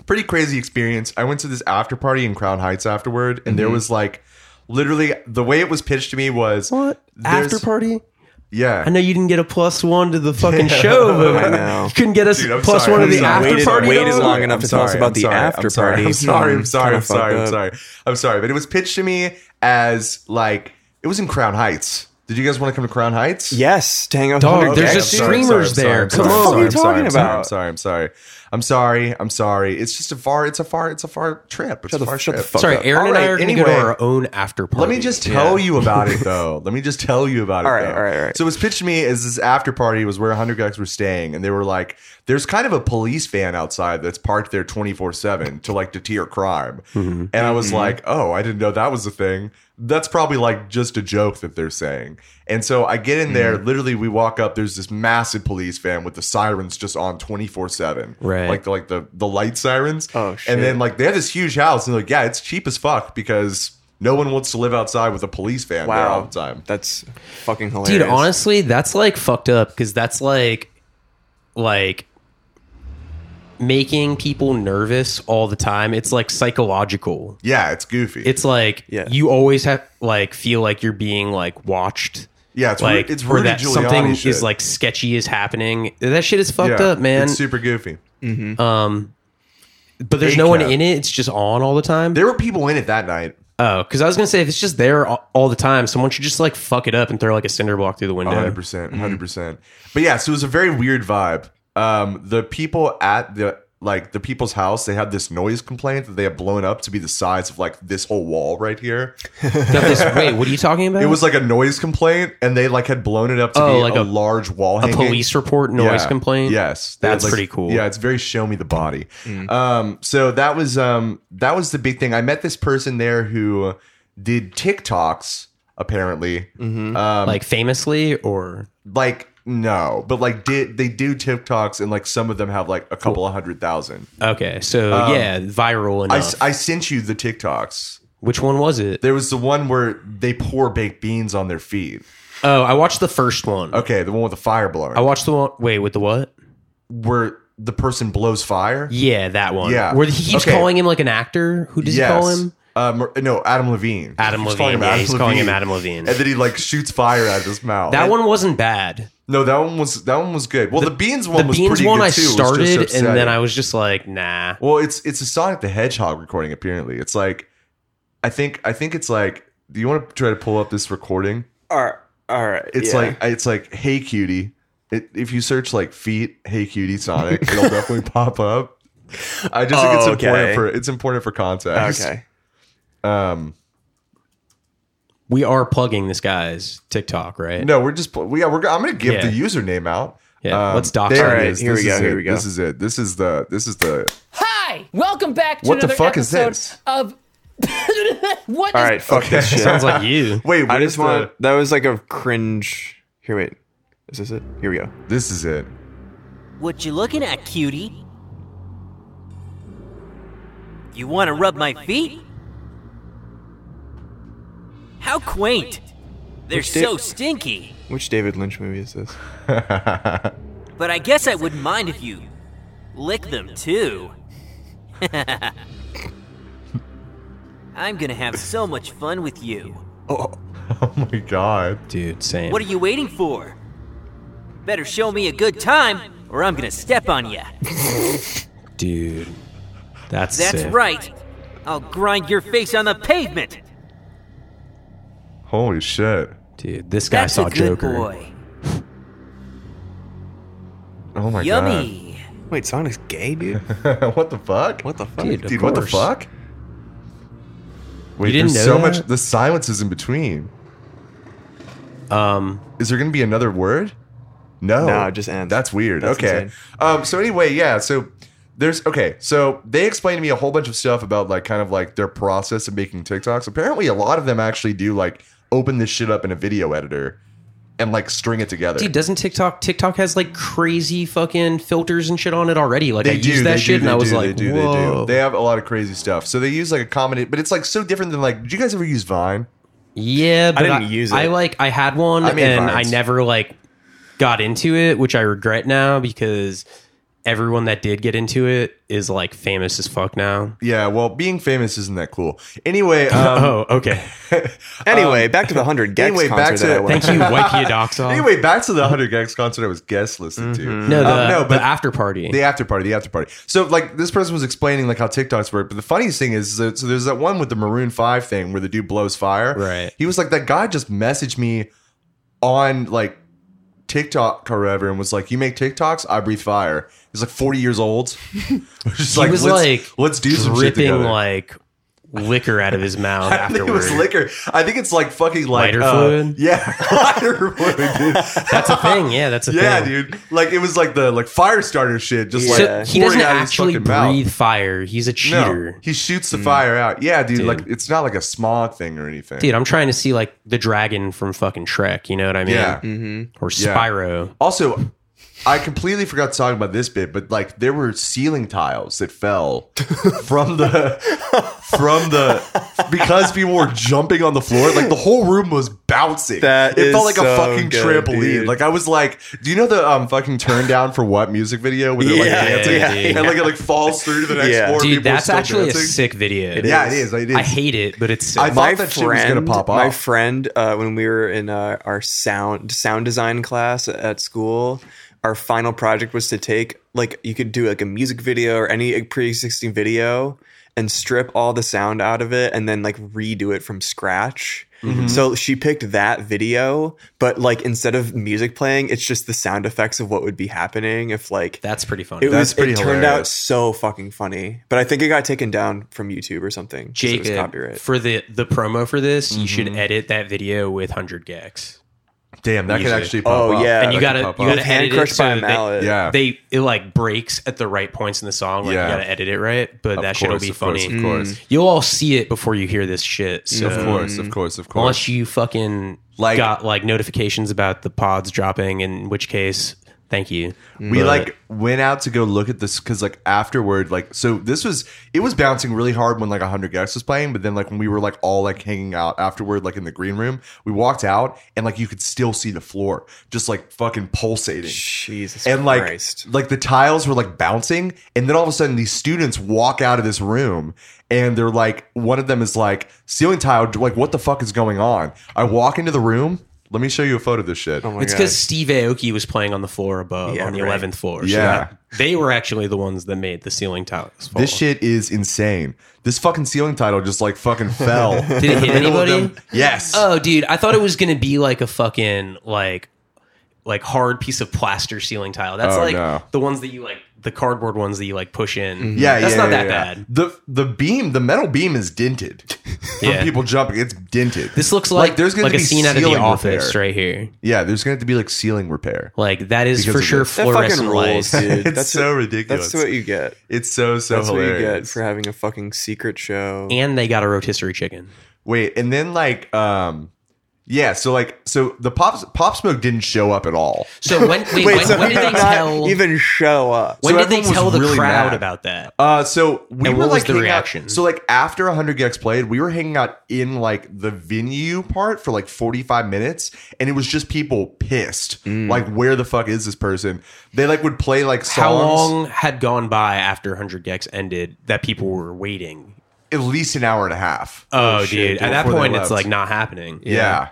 S1: pretty crazy experience. I went to this after party in Crown Heights afterward and there was like literally the way it was pitched to me was there's-
S2: After party?
S1: Yeah.
S2: I know you didn't get a plus one to the fucking show,
S3: I
S2: but
S3: know.
S2: you couldn't get us
S1: Dude, I'm
S2: plus
S1: sorry,
S2: one to
S1: I'm
S2: the
S1: sorry.
S2: after
S3: Waited-
S2: party.
S3: waited
S2: though?
S3: long enough. to tell us about the after
S1: I'm sorry,
S3: party.
S1: I'm sorry, I'm sorry,
S3: Kinda
S1: I'm sorry, I'm
S3: fucked
S1: sorry, I'm sorry. But it was pitched to me as like it was in Crown Heights. Did you guys want to come to Crown Heights?
S3: Yes, Tango.
S2: Dog,
S3: Hundred
S2: there's
S1: I'm
S3: Gags.
S2: just
S1: sorry, I'm
S2: screamers
S1: sorry, I'm sorry,
S2: there. Come
S1: I'm
S2: on.
S1: sorry,
S3: What the fuck are
S1: I'm
S3: you talking
S1: sorry,
S3: about?
S1: I'm sorry, I'm sorry, I'm sorry, I'm sorry. It's just a far, it's a far, it's a far trip. It's
S3: Shut
S1: a
S3: the-
S1: far
S3: shut the
S1: trip.
S3: fuck
S2: Sorry,
S3: up.
S2: Aaron and I
S1: Alright,
S2: are going to go
S1: anyway.
S2: to our own after party.
S1: Let me just tell you about it though. Let me just tell you about it.
S3: All right,
S1: though.
S3: all right, all right.
S1: So it was pitched to me as this after party was where 100 guys were staying, and they were like, "There's kind of a police van outside that's parked there 24 seven to like deter crime."
S2: Mm-hmm.
S1: And I was like, "Oh, I didn't know that was a thing. That's probably like just a joke that they're saying." And so I get in there.
S2: Mm-hmm.
S1: Literally, we walk up. There's this massive police van with the sirens just on 24 seven,
S2: Right.
S1: Like the like the the light sirens.
S3: Oh, shit.
S1: And then like they have this huge house, and they're like, yeah, it's cheap as fuck because no one wants to live outside with a police van there all
S3: Wow,
S1: the time.
S3: that's fucking hilarious.
S2: Dude, honestly, that's like fucked up because that's like, like making people nervous all the time. It's like psychological.
S1: Yeah, it's goofy.
S2: it's like
S3: Yeah.
S2: you always have like feel like you're being like watched
S1: yeah, it's
S2: like
S1: like it's
S2: or
S1: Rudy
S2: that
S1: Giuliani
S2: something
S1: shit.
S2: is like sketchy is happening that shit is
S1: Yeah,
S2: fucked up man Um,
S1: It's super goofy.
S2: but there's no one
S1: ACAB.
S2: in it it's just on all the time
S1: There were people in it that night.
S2: oh because i was gonna say if it's just there all, all the time someone should just like fuck it up and throw like a cinder block through the window
S1: hundred percent, hundred percent. But yeah, so it was a very weird vibe. um, the people at the like the people's house, they had this noise complaint that they had blown up to be the size of like this whole wall right here.
S2: Got this- wait, what are you talking about?
S1: It was like a noise complaint, and they like had blown it up to
S2: Oh,
S1: be
S2: like
S1: a,
S2: a-
S1: large wall.
S2: a
S1: hanging.
S2: police report noise
S1: Yeah.
S2: complaint.
S1: Yes, They had,
S2: That's pretty cool.
S1: Yeah, it's very show me the body.
S2: Mm.
S1: Um, so that was um, that was the big thing. I met this person there who did TikToks apparently.
S2: Mm-hmm.
S1: Um,
S2: like famously or
S1: like no, but like did they do TikToks and like some of them have like a couple of hundred thousand.
S2: okay, so yeah, viral
S1: um, I,
S2: enough.
S1: s- I sent you the TikToks.
S2: Which one was it?
S1: There was the one where they pour baked beans on their feet.
S2: Oh, I watched the first one.
S1: Okay, the one with the fire blowing.
S2: I watched the one. Wait, with the what?
S1: where the person blows fire.
S2: Yeah, that one.
S1: Yeah.
S2: where he keeps
S1: Okay.
S2: calling him like an actor. Who does he call him?
S1: Um, no, Adam Levine.
S2: Adam
S1: He's
S2: Levine. yeah, he's calling him Adam Levine.
S1: And then he like shoots fire out of his mouth.
S2: that
S1: And-
S2: one wasn't bad.
S1: No, that one was that one was good. Well, the, beans one
S2: the
S1: was
S2: beans
S1: pretty
S2: one
S1: good
S2: I
S1: too. It was just
S2: started, and
S1: upsetting.
S2: then I was just like, nah.
S1: Well, it's it's a Sonic the Hedgehog recording. Apparently, it's like, I think I think it's like. Do you want to try to pull up this recording?
S3: All right. All right.
S1: It's
S3: yeah.
S1: like it's like hey cutie. It, if you search like feet, hey cutie Sonic, it'll definitely pop up. I just think it's
S3: Oh,
S1: important
S3: okay.
S1: for it's important for context.
S3: okay.
S1: Um.
S2: We are plugging this guy's TikTok, right?
S1: No, we're just we yeah, we're I'm gonna give
S2: Yeah.
S1: the username out. Um,
S2: Yeah, let's dox
S1: there
S2: him.
S1: it
S3: Alright,
S1: is.
S3: here
S1: This
S3: we go,
S1: is
S3: here
S1: it.
S3: we go.
S1: This is it. This is the this is the
S6: Hi, welcome back to
S1: What the
S6: another
S1: fuck is
S6: episode
S1: this?
S6: of what
S3: All
S6: is-
S3: right. Fuck this shit.
S2: sounds like you.
S1: wait.
S3: I
S1: what
S3: just
S1: is
S3: want.
S1: the-
S3: That was like a cringe. Here, wait. Is this it? Here we go.
S1: this is it.
S7: What you looking at, cutie? You wanna rub my feet? How quaint! They're
S3: Which dip-
S7: so stinky,
S3: Which David Lynch movie is this?
S7: but I guess I wouldn't mind if you lick them too. I'm gonna have so much fun with you.
S1: Oh my god.
S2: Dude, same.
S7: What are you waiting for? Better show me a good time, or I'm gonna step on ya.
S2: Dude, that's
S7: That's
S2: sick.
S7: right. I'll grind your face on the pavement.
S1: Holy shit.
S2: Dude, this guy
S7: That's
S2: saw
S7: a good
S2: Joker.
S7: boy.
S1: Oh my
S7: Yummy.
S3: Wait, Sonic's gay, dude.
S1: god. what the fuck?
S3: What the fuck?
S2: Dude, of
S1: Dude, what the
S2: course.
S1: fuck? Wait,
S2: didn't
S1: there's so
S2: know
S1: much.
S2: that?
S1: The silence is in between.
S2: Um,
S1: Is there going to be another word? No.
S3: No, it just ends.
S1: That's weird.
S3: That's
S1: okay.
S3: insane.
S1: Um, so anyway, yeah. So there's okay. So they explained to me a whole bunch of stuff about like kind of like their process of making TikToks. Apparently, a lot of them actually do like open this shit up in a video editor and like string it together.
S2: dude, doesn't TikTok TikTok has like crazy fucking filters and shit on it already? Like I
S1: they do
S2: used
S1: they
S2: that
S1: do,
S2: shit,
S1: they
S2: and I
S1: do,
S2: was
S1: they
S2: like,
S1: do, they do.
S2: whoa.
S1: They have a lot of crazy stuff. So they use like a common, but it's like so different than like. Did you guys ever use Vine?
S2: yeah, but
S3: didn't use it.
S2: I like I had one,
S1: I made
S2: and
S1: vines.
S2: I never like got into it, which I regret now because everyone that did get into it is like famous as fuck now.
S1: Yeah. Well, being famous isn't that cool. Anyway. Um,
S2: oh, okay.
S3: Anyway, back to the hundred Gex
S1: anyway,
S3: concert
S1: back to-
S3: that I went.
S2: Thank you, Wikidoxa.
S1: Anyway, back to the 100 Gags concert I was guest listed to.
S2: no, the,
S1: Um, no, but
S2: the after party.
S1: The after party, the after party. So like this person was explaining like how TikToks work, but the funniest thing is so, so there's that one with the Maroon Five thing where the dude blows fire.
S2: Right.
S1: He was like that guy just messaged me on like TikTok or whatever and was like, "You make TikToks? I breathe fire." He's like 40 years old. just
S2: he was
S1: let's,
S2: like,
S1: let's do some shit
S2: dripping
S1: together.
S2: like liquor out of his mouth
S1: I think it
S2: afterwards.
S1: was liquor. I think it's like fucking like
S2: Lighter
S1: uh,
S2: fluid?
S1: Yeah, lighter fluid, dude.
S2: That's a thing. Yeah, that's a
S1: Yeah,
S2: thing.
S1: dude. Like it was like the like fire starter shit. Just
S2: So
S1: like
S2: he
S1: pouring
S2: doesn't
S1: out of his
S2: actually
S1: fucking
S2: breathe
S1: mouth.
S2: fire. He's a cheater.
S1: No, he shoots the fire out. Yeah, dude,
S2: Dude.
S1: Like it's not like a smog thing or anything.
S2: Dude, I'm trying to see like the dragon from fucking Shrek. You know what I mean?
S1: yeah.
S2: Or
S1: Yeah.
S2: Spyro.
S1: Also, I completely forgot to talk about this bit, but like there were ceiling tiles that fell from the from the because people were jumping on the floor. Like the whole room was bouncing.
S3: That
S1: it
S3: is
S1: felt like a
S3: so
S1: fucking
S3: good,
S1: trampoline.
S3: dude.
S1: Like I was like, do you know the um fucking turn down for what music video where they're
S3: Yeah,
S1: like dancing
S2: yeah,
S1: and like it like falls through to the next
S3: Yeah.
S1: floor?
S2: Dude,
S1: people are
S2: that's
S1: still
S2: actually
S1: dancing?
S2: a sick video.
S1: Yeah, it is. It is.
S2: I hate it, but it's sick.
S1: I-
S3: my
S1: thought that
S3: friend,
S1: shit was gonna pop
S3: my
S1: off.
S3: friend, uh, when we were in uh, our sound sound design class at school, our final project was to take like you could do like a music video or any pre-existing video and strip all the sound out of it and then like redo it from scratch.
S1: Mm-hmm.
S3: So she picked that video, but like instead of music playing, it's just the sound effects of what would be happening if like
S2: That's pretty funny.
S3: it
S1: That's
S3: was.
S1: pretty
S3: It turned out
S1: hilarious.
S3: so fucking funny, but I think it got taken down from YouTube or something. 'cause it was
S2: Jacob,
S3: copyright.
S2: for the the promo for this, you should
S1: Mm-hmm.
S2: edit that video with hundred gags.
S1: Damn, that could
S2: Usually.
S1: actually pop
S3: Oh,
S1: up.
S3: yeah.
S2: And you
S1: That
S2: gotta
S1: could
S2: you
S1: pop
S2: gotta
S1: up.
S3: Hand
S2: edit it
S3: crushed
S2: so
S3: by a
S2: that
S3: mallet.
S1: Yeah.
S2: they it like breaks at the right points in the song. Like
S1: Yeah.
S2: you gotta edit it right, but
S1: Of
S2: that shit'll
S1: course,
S2: be
S1: of course,
S2: funny.
S1: Of course, Mm,
S2: You'll all see it before you hear this shit. So
S1: of course, of course, of course.
S2: unless you fucking
S1: Like-
S2: got like notifications about the pods dropping, in which case, thank you.
S1: we like went out to go look at this because like afterward like so this was it was bouncing really hard when like 100 guests was playing but then like when we were like all like hanging out afterward like in the green room we walked out and like you could still see the floor just like fucking pulsating
S3: Jesus
S1: and like
S3: Christ.
S1: like the tiles were like bouncing and then all of a sudden these students walk out of this room and they're like one of them is like ceiling tile like what the fuck is going on i walk into the room let me show you a photo of this shit
S3: Oh my
S2: It's
S3: God.
S2: because Steve Aoki was playing on the floor above,
S3: Yeah,
S2: on the
S3: right.
S2: eleventh floor. So
S1: Yeah.
S2: that- they were actually the ones that made the ceiling tiles fall.
S1: This shit is insane. This fucking ceiling title just like fucking fell. Did
S2: it hit anybody?
S1: Yes.
S2: Oh, dude, I thought it was gonna be like a fucking like like hard piece of plaster ceiling tile. That's
S1: Oh,
S2: like
S1: no. Mm-hmm.
S2: the ones that you like the cardboard ones that you like push in.
S1: yeah,
S2: that's
S1: yeah,
S2: not
S1: yeah,
S2: that
S1: yeah.
S2: bad.
S1: The the beam, the metal beam is dented from
S2: Yeah.
S1: people jumping. It's dented.
S2: This looks like,
S1: there's going
S2: like
S1: to
S2: a
S1: be
S2: scene out of the
S1: ceiling
S2: office
S1: repair.
S2: right here.
S1: Yeah, there's going to be like ceiling repair.
S2: Like that is
S1: Because
S2: for
S1: of
S2: sure
S1: this.
S3: that fucking
S2: fluorescent
S3: rules,
S2: lights.
S3: dude.
S1: It's
S3: that's
S1: so
S3: what-
S1: ridiculous.
S3: That's what you get.
S1: It's so so
S3: That's
S1: hilarious.
S3: what you get for having a fucking secret show.
S2: And they got a rotisserie chicken.
S1: Wait, and then like um, yeah. So like so the pop pop smoke didn't show up at all.
S2: So when wait, when,
S3: so
S2: when did they
S3: not
S2: tell
S3: even show up?
S2: when
S1: so
S2: did they
S1: everyone was
S2: tell the
S1: really
S2: crowd
S1: mad.
S2: about that?
S1: Uh, so we
S2: And
S1: were
S2: what was
S1: like
S2: the
S1: hanging out-
S2: reaction?
S1: so like after 100 Gex played, we were hanging out in like the venue part for like 45 minutes, and it was just people pissed.
S2: Mm.
S1: Like, where the fuck is this person? They like would play like songs.
S2: How long had gone by after 100 Gex ended that people were waiting?
S1: At least an hour and a half.
S2: Oh,
S1: shit,
S2: dude. At that
S1: before they
S2: point,
S1: left.
S2: it's like not happening.
S1: yeah.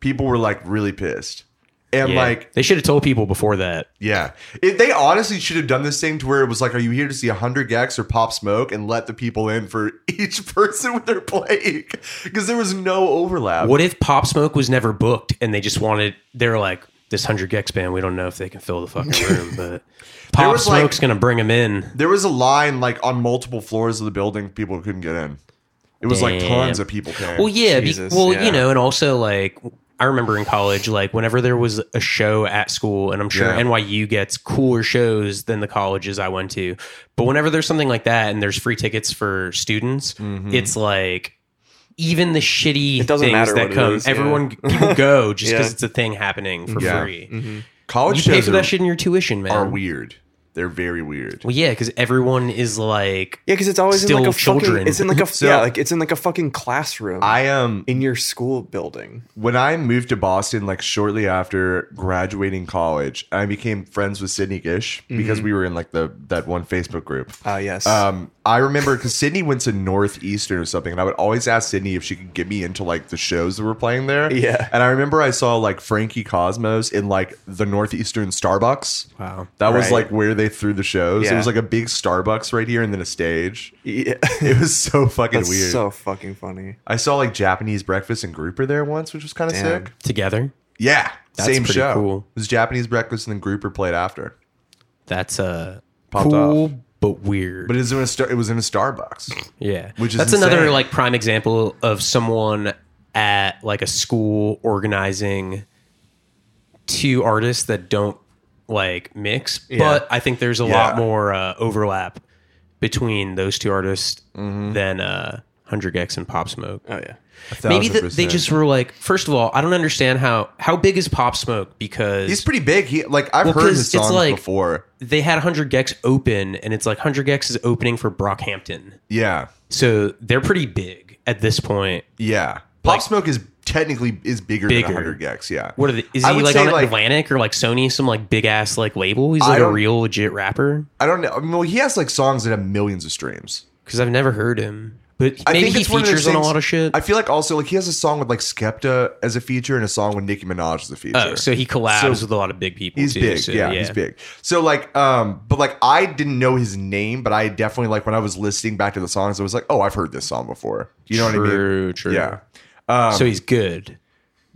S1: people were like really pissed, and
S2: Yeah.
S1: like
S2: they should have told people before that.
S1: Yeah. It, they honestly should have done this thing to where it was like, are you here to see 100 Gex or Pop Smoke and let the people in for each person with their playing? Because there was no overlap.
S2: What if Pop Smoke was never booked and they just wanted? They were like, "This hundred Gex band, we don't know if they can fill the fucking room, but Pop
S1: was, like-
S2: Smoke's gonna bring them in."
S1: There was a line like on multiple floors of the building, people couldn't get in. It was like
S2: Damn.
S1: tons of people came.
S2: Well, yeah, be-
S3: Jesus,
S2: well,
S3: yeah.
S2: you know, and also like I remember in college, like whenever there was a show at school, and I'm sure
S1: Yeah.
S2: NYU gets cooler shows than the colleges I went to, but whenever there's something like that and there's free tickets for students, it's like. Even the shitty
S3: Mm-hmm. It doesn't
S2: things
S3: matter
S2: that
S3: what it
S2: come,
S3: is, yeah.
S2: everyone people go just because
S3: Yeah. Mm-hmm.
S2: it's a thing happening for
S1: Yeah.
S2: free.
S1: College
S2: You
S1: shows
S2: pay for
S1: are,
S2: that shit in your tuition, man.
S1: are weird. They're very weird.
S2: Well, yeah, because everyone is like,
S3: Yeah, because it's always
S2: Still
S3: in like a
S2: children.
S3: Fucking, it's in like a
S1: So-
S3: yeah, like it's in like a fucking classroom.
S1: I um
S3: in your school building.
S1: when I moved to Boston, like shortly after graduating college, I became friends with Sydney Gish because
S2: Mm-hmm.
S1: we were in like the that one Facebook group.
S2: Uh,
S3: Ah, yes.
S1: Um, I remember because Sydney went to Northeastern or something, and I would always ask Sydney if she could get me into like the shows that were playing there.
S3: Yeah.
S1: And I remember I saw like Frankie Cosmos in like the Northeastern Starbucks.
S2: Wow.
S1: That was
S3: Right.
S1: like where they threw the shows. It
S3: Yeah.
S1: was like a big Starbucks right here and then a stage.
S3: yeah,
S1: It was so fucking
S3: that's
S1: weird.
S3: so fucking funny.
S1: I saw like Japanese Breakfast and Grouper there once, which was kind of
S3: Damn.
S1: sick.
S2: together.
S1: Yeah.
S2: That's
S1: same
S2: pretty
S1: show.
S2: cool.
S1: It was Japanese Breakfast and then Grouper played after.
S2: That's uh,
S1: Popped
S2: cool but weird.
S1: But it was in a star- it was in a Starbucks.
S2: yeah,
S1: which is
S2: that's another
S1: insane.
S2: like prime example of someone at like a school organizing two artists that don't like mix. But I think there's a lot
S1: Yeah.
S2: more uh, overlap between those two artists
S1: Mm-hmm.
S2: than uh, Hundred Gex and Pop Smoke.
S3: Oh yeah,
S2: Maybe the, they
S1: 1000%.
S2: just were like, first of all, I don't understand how how big is Pop Smoke because
S1: He's pretty big. He like I've
S2: Well,
S1: heard
S2: 'cause
S1: his
S2: it's
S1: songs
S2: like-
S1: before.
S2: they had 100 Gex open, and it's like 100 Gex is opening for Brockhampton.
S1: Yeah.
S2: So they're pretty big at this point.
S1: Yeah. Pop
S2: Like-
S1: Smoke is technically is bigger,
S2: Bigger.
S1: than 100 Gex. Yeah.
S2: What are the, is
S1: I
S2: he
S1: would
S2: like
S1: say,
S2: on
S1: like-
S2: Atlantic or like Sony, some like big ass like label? He's
S1: I
S2: like a
S1: don't-
S2: real legit rapper
S1: I don't know. I mean, well, he has like songs that have millions of streams.
S2: because I've never heard him, but
S1: I
S2: maybe
S1: think
S2: he
S1: it's one of
S2: features
S1: those
S2: on a
S1: things-
S2: lot of shit.
S1: I feel like also like he has a song with like Skepta as a feature and a song with Nicki Minaj as a feature.
S2: oh, so he collabs
S1: So-
S2: with a lot of big people.
S1: He's
S2: too,
S1: big,
S2: so,
S1: yeah, he's big. So like, um, but like, I didn't know his name, but I definitely like when I was listening back to the songs, I was like, oh, I've heard this song before. You know what I mean?
S2: True, true.
S1: Yeah. um,
S2: so he's good.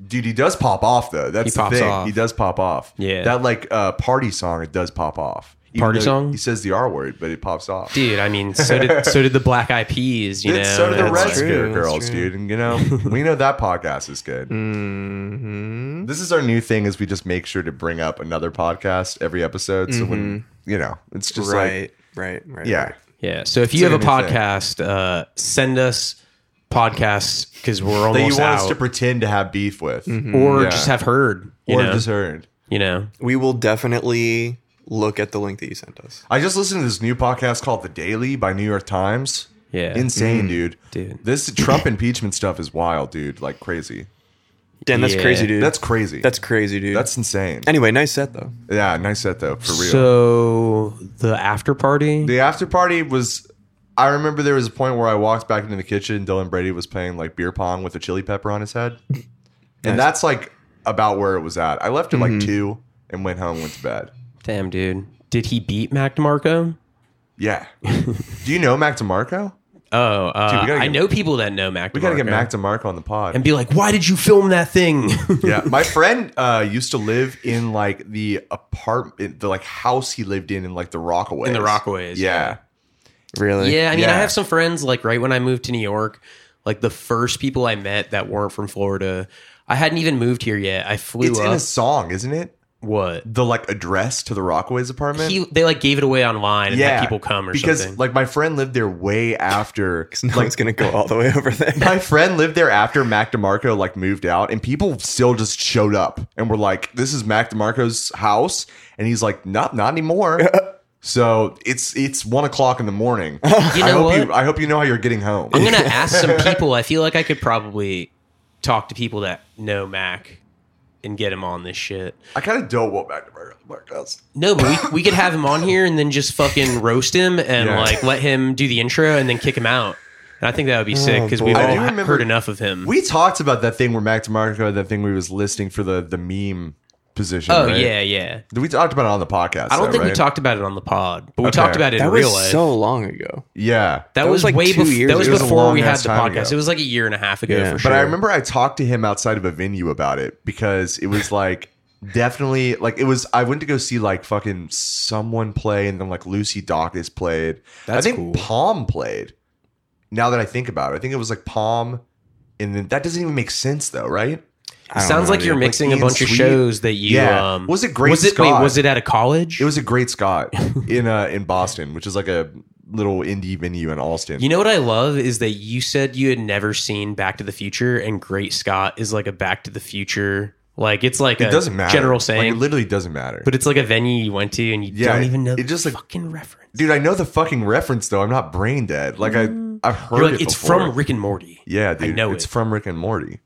S1: dude he does pop off though that's
S2: He
S1: the
S2: pops
S1: thing
S2: off.
S1: he does pop off
S2: Yeah.
S1: that like uh party song it does pop off Even
S2: Party
S1: though
S2: song?
S1: he says the r word but it pops off
S2: Dude, I mean, so did so did the Black Eyed Peas. You
S1: Dude,
S2: know,
S1: so do the
S2: It's
S1: red
S2: like-
S3: true,
S1: scare
S3: that's
S1: girls
S3: true.
S1: dude and you know we know that podcast is good
S2: Mm-hmm.
S1: this is our new thing is we just make sure to bring up another podcast every episode so when
S2: Mm-hmm.
S1: you know it's just
S3: right,
S1: like
S3: right, right.
S1: yeah
S3: right.
S2: Yeah. So if you
S1: It's
S2: have a
S1: like a new thing.
S2: podcast, uh, send us podcasts because we're
S1: that you
S2: almost
S1: want
S2: out,
S1: us to pretend to have beef with
S2: or
S1: yeah.
S2: just have heard, you
S1: or
S2: know,
S1: just heard
S2: you know.
S3: We will definitely look at the link that you sent us.
S1: I just listened to this new podcast called The Daily by New York Times.
S2: Yeah. Mm,
S1: Insane, dude.
S2: Dude.
S1: This Trump impeachment stuff is wild, dude. Like crazy.
S3: Dan, that's
S2: Yeah.
S3: crazy, dude.
S1: That's crazy.
S3: that's crazy, dude.
S1: that's insane.
S3: anyway. Nice set though.
S1: Yeah, nice set though, for real.
S2: So the after party.
S1: the after party was I remember there was a point where I walked back into the kitchen and Dylan Brady was playing like beer pong with a chili pepper on his head. And that's like about where it was at. I left at
S2: Mm-hmm.
S1: like two and went home, went to bed.
S2: Damn, dude. Did he beat Mac DeMarco?
S1: Yeah. Do you know Mac DeMarco?
S2: Oh, uh,
S1: we gotta
S2: I
S1: get-
S2: know people that know Mac.
S1: We gotta get
S2: DeMarco.
S1: Mac DeMarco on the pod.
S2: and be like, "Why did you film that thing?"
S1: yeah my friend uh used to live in like the apartment the like house he lived in in like the rockaways
S2: In the Rockaways,
S1: yeah
S3: Really?
S2: yeah, I mean,
S1: Yeah.
S2: I have some friends like right when I moved to New York, like the first people I met that weren't from Florida. I hadn't even moved here yet. I flew
S1: it's in
S2: up.
S1: a song isn't it
S2: what?
S1: the like address to the rockaways apartment
S2: He, they like gave it away online and had people come or
S1: because
S2: something.
S1: like my friend lived there way after
S3: No
S1: like
S3: one's gonna go all the way over there.
S1: my friend lived there after Mac DeMarco like moved out, and people still just showed up and were like, "This is Mac DeMarco's house," and he's like, "Not, not anymore." so it's it's one o'clock in the morning.
S2: you
S1: I
S2: know
S1: hope
S2: what?
S1: you I hope you know how you're getting home.
S2: I'm gonna ask some people. I feel like I could probably talk to people that know Mac and get him on this shit.
S1: I kind of don't want Mac DeMarco on the podcast.
S2: No, but we, we could have him on here and then just fucking roast him and
S1: Yeah.
S2: like let him do the intro and then kick him out. And I think that would be sick because we've
S1: Oh, boy. I
S2: all
S1: do remember-
S2: heard enough of him.
S1: We talked about that thing where Mac DeMarco had that thing we was listing for the the meme position.
S2: oh
S1: right?
S2: yeah, yeah.
S1: we talked about it on the podcast.
S2: I don't
S1: though,
S2: think we
S1: right?
S2: talked about it on the pod, but we
S1: Okay.
S2: talked about it
S3: That
S2: in
S3: was
S2: real life.
S3: so long ago.
S1: Yeah,
S2: that,
S3: that
S2: was,
S3: was like
S2: way
S3: two
S2: before.
S3: years
S2: That was
S3: ago. It was
S1: a
S2: before we had
S1: long-ass
S2: the
S1: time
S2: podcast.
S1: ago.
S2: It was like a year and a half ago
S3: Yeah.
S2: for
S3: But
S2: sure.
S1: But I remember I talked to him outside of a venue about it because it was like definitely like it was I went to go see like fucking someone play and then like Lucy Dacus played. I
S2: That's
S1: think
S2: cool.
S1: Palm played. Now that I think about it, I think it was like Palm and then that doesn't even make sense though, right?
S3: I don't
S2: Sounds
S3: know,
S2: like you're
S3: dude.
S2: mixing a
S1: Ian
S2: bunch of
S1: Sweet.
S2: shows that you.
S1: Yeah.
S2: Um,
S1: Was it Great
S2: Was it
S1: Scott?
S2: wait? Was it at a college?
S1: It was a Great Scott in uh in Boston, which is like a little indie venue in Austin.
S2: You know what I love is that you said you had never seen Back to the Future, and Great Scott is like a Back to the Future. Like it's like a
S1: it doesn't matter.
S2: general
S1: Like,
S2: saying,
S1: it literally doesn't matter.
S2: but it's like a venue you went to and you
S1: Yeah,
S2: don't even know
S1: it
S2: the
S1: just, like-
S2: fucking reference.
S1: Dude, I know the fucking reference though. I'm not brain dead. Like I I've heard
S2: You're like,
S1: it
S2: it's
S1: before.
S2: from Rick and Morty.
S1: Yeah, dude,
S2: know
S1: it's
S2: it.
S1: from Rick and Morty.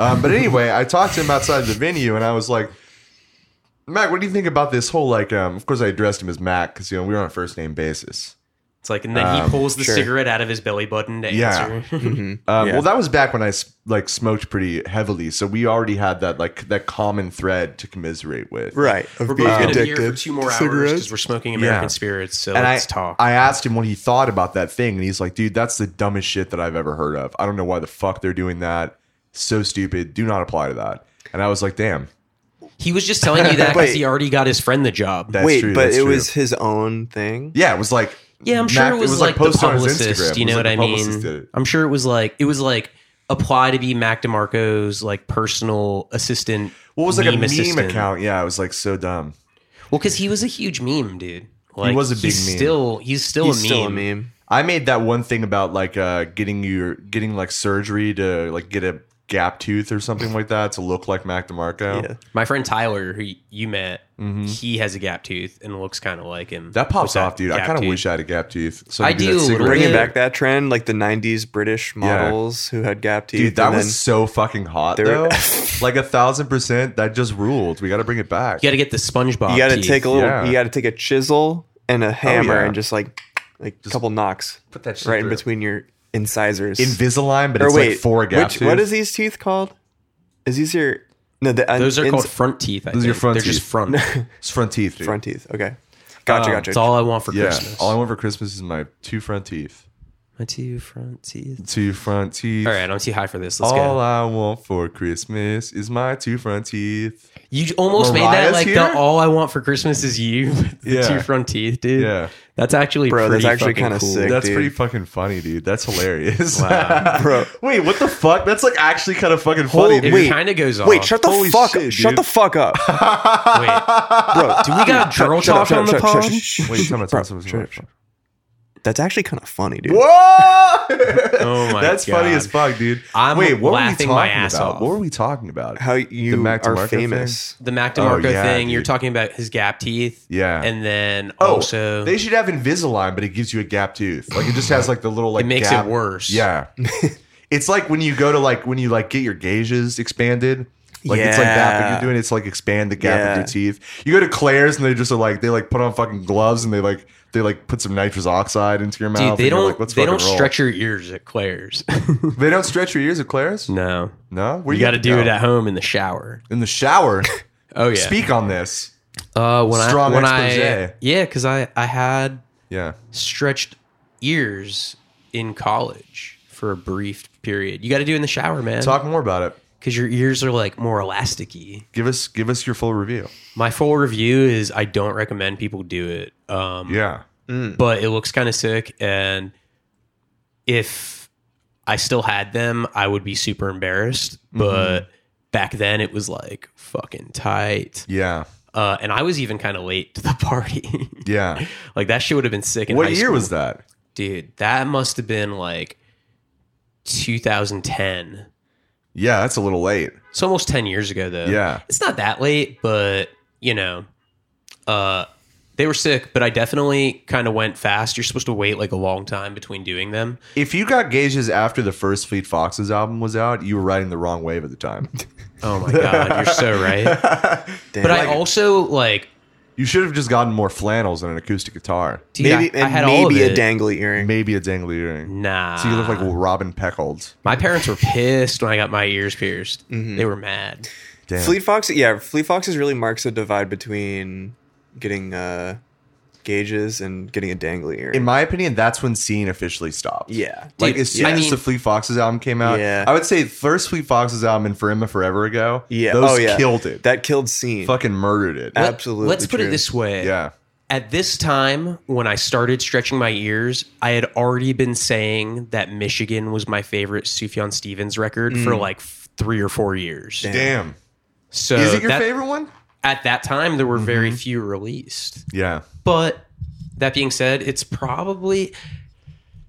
S1: Um, but anyway, I talked to him outside the venue, and I was like, "Mac, what do you think about this whole like?" Um, of course, I addressed him as Mac because you know we were on a first name basis.
S2: It's like, and then he pulls the
S3: sure.
S2: cigarette out of his belly button to
S1: Um, Yeah.
S2: answer.
S1: Um,
S3: Yeah.
S1: Well, that was back when I s- like smoked pretty heavily, so we already had that like that common thread to commiserate with,
S3: Right. Of
S2: we're both
S3: being
S2: gonna be
S3: addicted
S2: here for two more
S3: to
S2: hours
S3: cigarettes.
S2: because we're smoking American
S1: Yeah.
S2: spirits. So
S1: And
S2: let's
S1: I
S2: talk.
S1: I asked him what he thought about that thing, and he's like, "Dude, that's the dumbest shit that I've ever heard of. I don't know why the fuck they're doing that. So stupid. Do not apply to that." And I was like, "Damn,
S2: he was just telling you that because
S3: Wait.
S2: he already got his friend the job.
S1: that's
S3: Wait,
S1: true."
S3: but
S1: that's
S3: it
S1: true.
S3: was his own thing.
S1: Yeah, it was like
S2: Yeah, I'm sure
S1: Mac-
S2: it, was like,
S1: posted
S2: the
S1: on his
S2: publicist.
S1: Instagram.
S2: You
S1: It was
S2: know
S1: like
S2: what I
S1: the publicist
S2: mean?
S1: did it.
S2: I'm sure it was like it was like apply to be Mac DeMarco's like personal assistant.
S1: What was like a meme
S2: assistant.
S1: account? Yeah, it was like so dumb.
S2: Well, because he was a huge meme, dude. Like,
S1: was a big
S2: he's
S1: meme.
S2: Still, he's still
S3: He's
S2: a meme.
S3: still a meme.
S1: I made that one thing about like uh getting your getting like surgery to like get a gap tooth or something like that to look like Mac DeMarco.
S3: Yeah.
S2: My friend Tyler, who you met, he has a gap tooth and looks kind of like him.
S1: Mm-hmm. That pops
S2: With
S1: off, dude. I
S2: gap
S1: kind of
S2: tooth.
S1: wish I had a gap tooth. So
S2: I
S1: could
S2: do,
S1: that cigarette.
S2: literally.
S3: Bringing
S2: Yeah.
S3: back that trend, like the '90s British models who had gap teeth.
S1: Dude, that
S3: and
S1: was
S3: then-
S1: so fucking hot
S3: There-
S1: though. like a thousand percent, that just ruled. We got to bring it back.
S2: You got to get the SpongeBob.
S3: you got to
S2: teeth.
S3: take a little.
S1: yeah.
S3: You got to take a chisel and a hammer
S1: yeah.
S3: and just like like a couple knocks. Put
S1: that shit
S3: right in
S1: through.
S3: between your incisors.
S1: Invisalign, but
S3: or
S1: it's
S3: wait,
S1: like four gap
S3: which-
S1: tooth.
S3: what is these teeth called? Is these your no? The, uh,
S2: Those are
S3: ins-
S2: called front teeth. I
S1: Those are
S2: think.
S1: your front
S2: They're just
S1: teeth.
S2: front.
S1: It's front teeth, dude.
S3: front teeth. Okay, gotcha, gotcha.
S2: That's all I want for
S1: yeah.
S2: Christmas.
S1: All I want for Christmas is my two front teeth.
S2: My two front teeth.
S1: Two front teeth.
S2: All right, I'm too high for this. Let's
S1: All
S2: go.
S1: I want for Christmas is my two front teeth.
S2: You almost made that
S1: Mariah's
S2: like
S1: here?
S2: the all I want for Christmas is you. with the
S1: Yeah.
S2: two front teeth, dude.
S1: Yeah.
S2: That's actually
S3: Bro, that's
S2: pretty
S3: actually
S2: fucking
S3: kinda
S2: cool.
S3: sick. Big
S1: That's
S3: dude.
S1: pretty fucking funny, dude. That's hilarious.
S3: Bro.
S1: Wait, what the fuck? That's like actually kind of fucking
S2: Hold-
S1: funny. dude.
S2: It
S3: Wait.
S2: kind of goes off.
S3: Wait, shut the
S1: Holy
S3: fuck
S1: shit,
S3: up. Shut
S1: dude.
S3: the fuck up.
S2: Wait,
S3: Bro,
S2: do we got girl
S3: shut
S2: talk
S3: up, shut
S2: on
S3: up,
S2: the pod?
S3: shut up, shut up, shut up, shut up.
S1: Wait, tell me, tell me, tell me,
S3: Bro,
S1: tell me,
S3: shut
S1: tell me.
S3: up. That's actually kind of funny, dude.
S1: Whoa!
S2: Oh my
S1: That's funny
S2: God.
S1: as fuck, dude.
S2: I'm
S1: Wait, what
S2: laughing
S1: were we
S2: my
S1: talking
S2: ass
S1: about?
S2: off.
S1: What were we talking about?
S3: How you
S1: Mac
S3: are
S1: DeMarco
S3: famous.
S2: The Mac DeMarco
S1: Oh, yeah,
S2: thing. You're
S1: dude.
S2: talking about his gap teeth.
S1: Yeah.
S2: And then
S1: Oh,
S2: also
S1: they should have Invisalign, but it gives you a gap tooth. Like it just has like the little like
S2: it makes
S1: gap-
S2: it worse.
S1: Yeah, it's like when you go to like when you like get your gauges expanded. Like it's like that, but
S3: Yeah.
S1: you're doing it's like expand the gap
S3: Yeah.
S1: of your teeth. You go to Claire's and they just are like they like put on fucking gloves and they like they like put some nitrous oxide into your mouth.
S2: Dude, they
S1: and Oh, you're
S2: don't
S1: like, let's
S2: they
S1: fucking
S2: don't
S1: roll.
S2: stretch your ears at Claire's.
S1: They don't stretch your ears at Claire's.
S2: no.
S1: No, Where
S2: Mm. You got to
S1: have
S2: do
S1: go?
S2: it at home in the shower.
S1: in the shower.
S2: Oh yeah.
S1: Speak on this.
S2: uh, when
S1: Strong
S2: I when
S1: expose.
S2: I yeah, because I I had
S1: Yeah.
S2: stretched ears in college for a brief period. You got to do it in the shower, man,
S1: Talk more about it.
S2: because your ears are like more elasticy.
S1: Give us give us your full review.
S2: My full review is I don't recommend people do it. Um,
S1: Yeah.
S2: but it looks kind of sick. And if I still had them, I would be super embarrassed.
S1: Mm-hmm.
S2: But back then, it was like fucking tight.
S1: Yeah.
S2: Uh, and I was even kind of late to the party.
S1: Yeah.
S2: like that shit would have been sick. In
S1: what
S2: high
S1: year
S2: school.
S1: was that?
S2: dude? That must have been like 2010.
S1: Yeah, that's a little late.
S2: It's almost 10 years ago though.
S1: Yeah.
S2: It's not that late, but you know, uh they were sick, but I definitely kind of went fast. You're supposed to wait like a long time between doing them.
S1: If you got gauges after the first Fleet Foxes album was out, you were riding the wrong wave at the time.
S2: Oh my god, you're so right.
S3: Damn.
S2: But I also like
S1: you should have just gotten more flannels and an acoustic guitar,
S2: dude,
S3: maybe
S2: I, I
S3: and
S2: had all of
S3: maybe a
S2: it.
S3: dangly earring.
S1: maybe a dangly earring.
S2: Nah.
S1: So you look like Robin Peckold.
S2: my parents were pissed when I got my ears pierced. They were mad.
S1: Damn.
S3: Fleet Fox, yeah, Fleet Foxes really marks a divide between getting uh, gauges and getting a dangly earring.
S1: in my opinion, that's when scene officially stopped.
S3: yeah,
S1: Like
S2: Dude,
S1: as soon
S2: I
S1: as
S2: mean-
S1: the Fleet Foxes album came out,
S3: Yeah.
S1: I would say first Fleet Foxes album and Forever Forever Ago,
S3: yeah.
S1: those
S3: oh yeah,
S1: killed it.
S3: That killed scene.
S1: fucking murdered it.
S3: Let- Absolutely
S2: Let's put it
S3: true.
S2: this way.
S1: yeah.
S2: At this time, when I started stretching my ears, I had already been saying that Michigan was my favorite Sufjan Stevens record for like f- three or four years.
S1: Mm. Damn.
S2: So
S1: Is it your
S2: that-
S1: favorite Mm-hmm. one?
S2: At that time, there were very few released.
S1: Yeah.
S2: But that being said, it's probably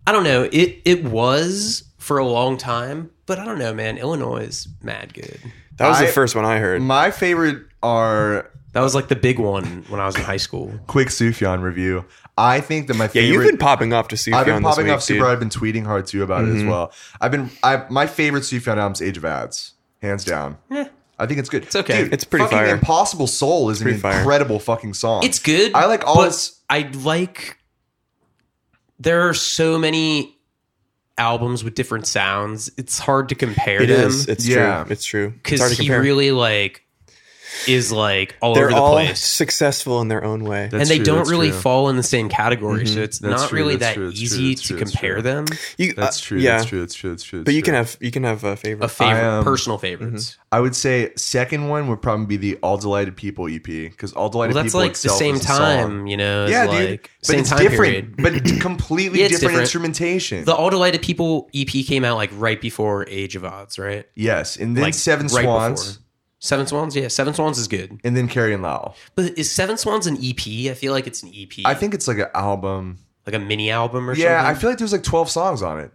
S2: I don't know. It it was for a long time, but I don't know, man. Illinois is mad good.
S3: that was
S1: I-
S3: the first one I heard.
S1: My favorite are
S2: That was like the big one when I was in high school.
S1: quick Sufjan review. I think that my
S3: yeah,
S1: favorite.
S3: you've been popping off to Sufjan.
S1: I've been
S3: this
S1: popping
S3: week,
S1: off super.
S3: dude.
S1: I've been tweeting hard too about it as well. I've been. I my favorite Sufjan album's Age of Ads, hands down. Yeah. I think it's good. It's
S2: okay.
S1: Dude,
S3: It's pretty
S1: fucking
S3: fire.
S1: Impossible Soul is an
S3: pretty fire.
S1: incredible fucking song.
S2: It's good.
S1: I like all
S2: but
S1: its-
S2: I like. There are so many albums with different sounds. It's hard to compare
S3: It
S2: them
S3: is. It's
S1: Yeah.
S3: true. It's true. It's hard
S2: because
S3: to
S2: he
S3: compare.
S2: really like is like all
S3: They're
S2: over the
S3: all
S2: place,
S3: successful in their own way.
S1: That's
S2: and they
S1: true,
S2: don't
S1: that's
S2: really
S1: true. Mm-hmm.
S2: fall in the same category. So it's
S1: That's
S2: not
S1: true,
S2: really
S1: that's
S2: that
S1: true, that's true,
S2: easy
S1: that's
S2: to
S1: true, that's
S2: compare
S1: true.
S2: them.
S3: You- uh,
S1: That's true.
S3: yeah,
S1: That's true. That's true. That's true.
S3: but you can
S1: have.
S3: have you can have a favorite.
S2: A favorite,
S1: um,
S2: personal favorites.
S1: I would say second one would probably be the All Delighted People EP because All Delighted
S2: Well, that's
S1: People
S2: like the
S1: itself
S2: same
S1: is a song.
S2: time, you know. It's
S1: Yeah,
S2: like
S1: dude. But
S2: same
S1: it's
S2: time
S1: different,
S2: period.
S1: but completely
S2: Yeah, it's
S1: different,
S2: different.
S1: instrumentation.
S2: The All Delighted People EP came out like right before Age of Odds, right?
S1: yes, and then
S2: like
S1: Seven
S2: right
S1: Swans,
S2: before. Seven Swans, yeah, Seven Swans is good.
S1: and then Carrie and Lowell.
S2: But is Seven Swans an EP? I feel like it's an EP.
S1: I think it's like an album.
S2: like a mini album or
S1: Yeah, I
S2: something.
S1: feel like there's like 12 songs on it.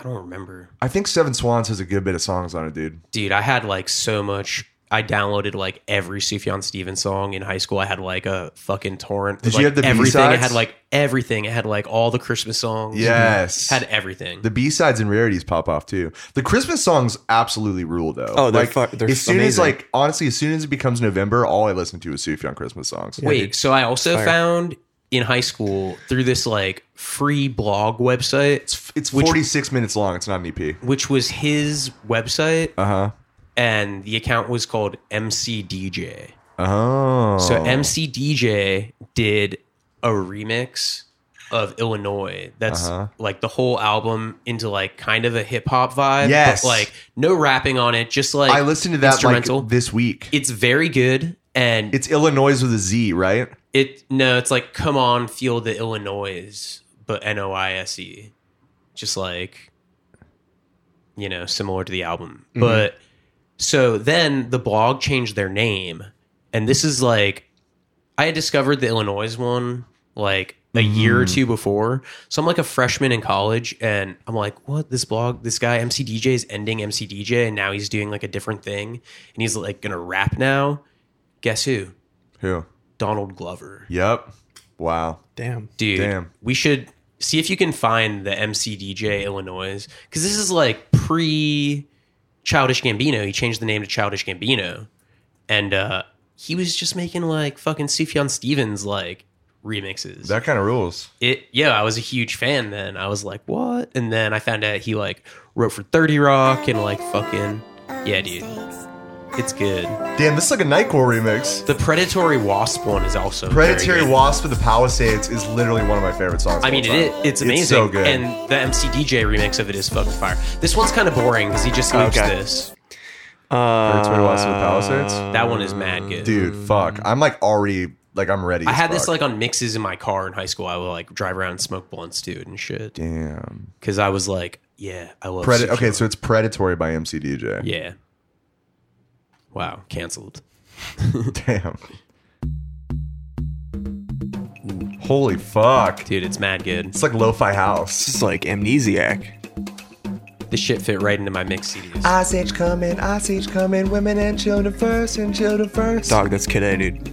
S2: I don't remember,
S1: I think Seven Swans has a good bit of songs on it, dude.
S2: dude. I had like so much. I downloaded like every Sufjan Stevens song in high school. I had like a fucking torrent.
S1: Did
S2: Like,
S1: you have the
S2: everything? I
S1: B-sides?
S2: had like everything. I had like all the Christmas songs.
S1: Yes.
S2: had everything.
S1: The B sides and rarities pop off too. The Christmas songs absolutely rule though.
S3: Oh, they're
S1: like
S3: fu- they're
S1: as soon as
S3: amazing.
S1: like honestly, as soon as it becomes November, all I listen to is Sufjan Christmas songs.
S2: Wait, so I also
S3: Fire.
S2: found in high school through this like free blog website,
S1: it's
S2: Which-
S1: 46 minutes long. It's not an E EP.
S2: which was his website,
S1: Uh huh.
S2: and the account was called MCDJ.
S1: Oh,
S2: So MCDJ did a remix of Illinois. That's
S1: Uh-huh.
S2: like the whole album into like kind of a hip hop vibe.
S1: Yes.
S2: But like no rapping on it, just like
S1: I listened to that like
S2: instrumental.
S1: this week.
S2: it's very good and
S1: It's Illinois with a Z, right?
S2: It no, it's like come on, feel the Illinois, but N O I S E, just like you know, similar to the album. But so then the blog changed their name, and this is like I had discovered the Illinois one like a year or two before. So I'm like a freshman in college, and I'm like, what? This blog, this guy MCDJ is ending MCDJ, and now he's doing like a different thing, and he's like gonna rap now. Guess who?
S1: Who?
S2: Donald Glover
S1: Yep. Wow.
S3: Damn.
S2: dude
S1: Damn.
S2: we should see if you can find the mcdj illinois because this is like pre childish gambino he changed the name to childish gambino and uh he was just making like fucking sufjan stevens like remixes
S1: That kind of rules.
S2: it yeah i was a huge fan then i was like what and then i found out he like wrote for 30 rock and like fucking yeah dude it's good
S1: Damn, this is like a Nightcore remix.
S2: the predatory wasp one is also very
S1: Predatory
S2: good.
S1: Wasp of the Palisades is literally one of my favorite songs.
S2: I
S1: of
S2: mean, it,
S1: all time.
S2: i- it's amazing.
S1: so good.
S2: And the MC DJ remix of it is fucking fire. This one's kind of boring because he just loops
S3: Okay.
S2: this.
S1: Predatory Wasp of the
S3: Uh,
S1: Palisades.
S2: That one is mad good.
S1: Dude, fuck. I'm like already like I'm ready.
S2: I
S1: as
S2: had this
S1: fuck.
S2: like on mixes in my car in high school. I would like drive around and smoke blunts to it and shit.
S1: damn.
S2: Because I was like, yeah, I love
S1: Preda-
S2: Sufjan.
S1: okay, so it's Predatory by MCDJ.
S2: Yeah. Wow, canceled.
S1: Damn. Holy fuck.
S2: Dude, it's mad good.
S1: It's like lo-fi
S3: This
S1: house.
S3: is like amnesiac.
S2: This shit fit right into my mix CDs.
S1: Ice age coming, ice age coming, women and children first, and children first.
S3: Dog, that's Kid A, dude.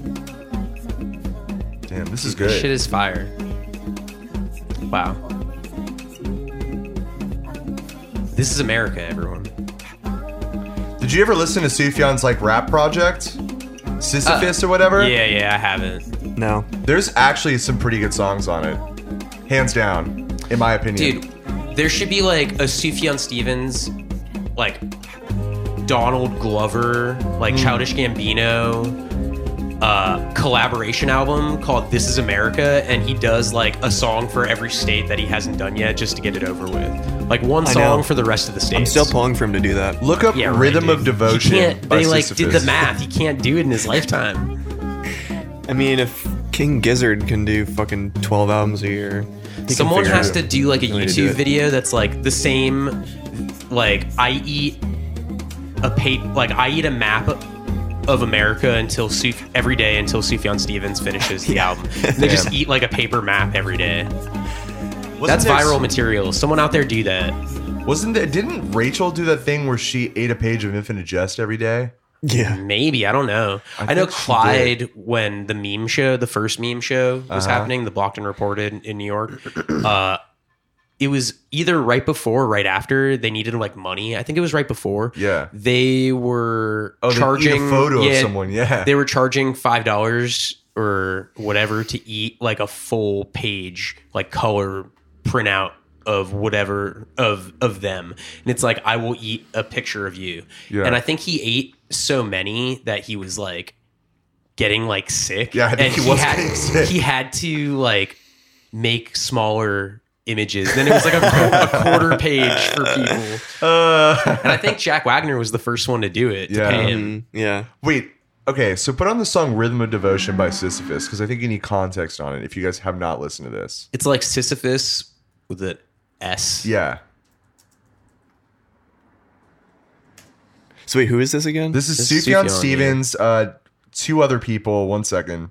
S1: Damn, this is
S2: This shit
S1: good.
S2: is fire. Wow. This is America, everyone.
S1: Did you ever listen to Sufjan's like rap project? Sisyphus or whatever?
S2: Uh, Yeah, yeah, I haven't.
S3: No.
S1: There's actually some pretty good songs on it. Hands down, in my opinion.
S2: Dude, there should be like a Sufjan Stevens, like Donald Glover, like
S3: Hmm.
S2: Childish Gambino uh, collaboration album called This Is America, and he does like a song for every state that he hasn't done yet just to get it over with. Like one
S3: I
S2: song
S3: know.
S2: for the rest of the states.
S3: I'm still pulling for him to do that.
S1: Look up
S2: Yeah, right,
S1: Rhythm
S2: dude.
S1: of Devotion.
S2: He can't,
S1: by
S2: they like did the
S1: Sisyphus.
S2: math. He can't do it in his lifetime.
S3: I mean, if King Gizzard can do fucking 12 albums a year, he can
S2: Someone
S3: figure
S2: has
S3: it
S2: to do like a
S3: way to do
S2: YouTube
S3: it.
S2: video that's like the same, like I eat a pa- like I eat a map of America until Suf- every day until Sufjan Stevens finishes the album. They just eat like a paper map every day. that's
S1: there-
S2: viral material. Someone out there do that.
S1: Wasn't there? Didn't Rachel do that thing where she ate a page of Infinite Jest every day?
S3: Yeah.
S2: Maybe I don't know. I, know
S1: think she
S2: Clyde when the meme show, the first meme show was
S1: Uh-huh.
S2: happening, the Blocked and Reported in New York. Uh, it was either right before, or right after they needed like money. I think it was right before.
S1: Yeah.
S2: they were
S1: Oh,
S2: charging
S1: they eat a photo
S2: yeah,
S1: of someone. Yeah,
S2: They were charging five dollars or whatever to eat like a full page, like color printout of whatever of of them and it's like i will eat a picture of you
S1: Yeah.
S2: and i think he ate so many that he was like getting like sick
S1: Yeah, I think
S2: and
S1: he was
S2: had,
S1: getting sick.
S2: he had to like make smaller images then it was like a, qu- a quarter page for people
S1: Uh,
S2: and i think jack wagner was the first one to do it to
S1: Yeah.
S2: pay him.
S3: Mm, yeah.
S1: wait. Okay, so put on the song "Rhythm of Devotion" by Sisyphus because I think you need context on it. If you guys have not listened to this,
S2: It's like Sisyphus with an S.
S1: yeah,
S3: So, wait, who is this again?
S1: this is
S2: This is Sufjan,
S1: Sufjan
S2: yeah.
S1: Stevens. Uh, two other people. One second,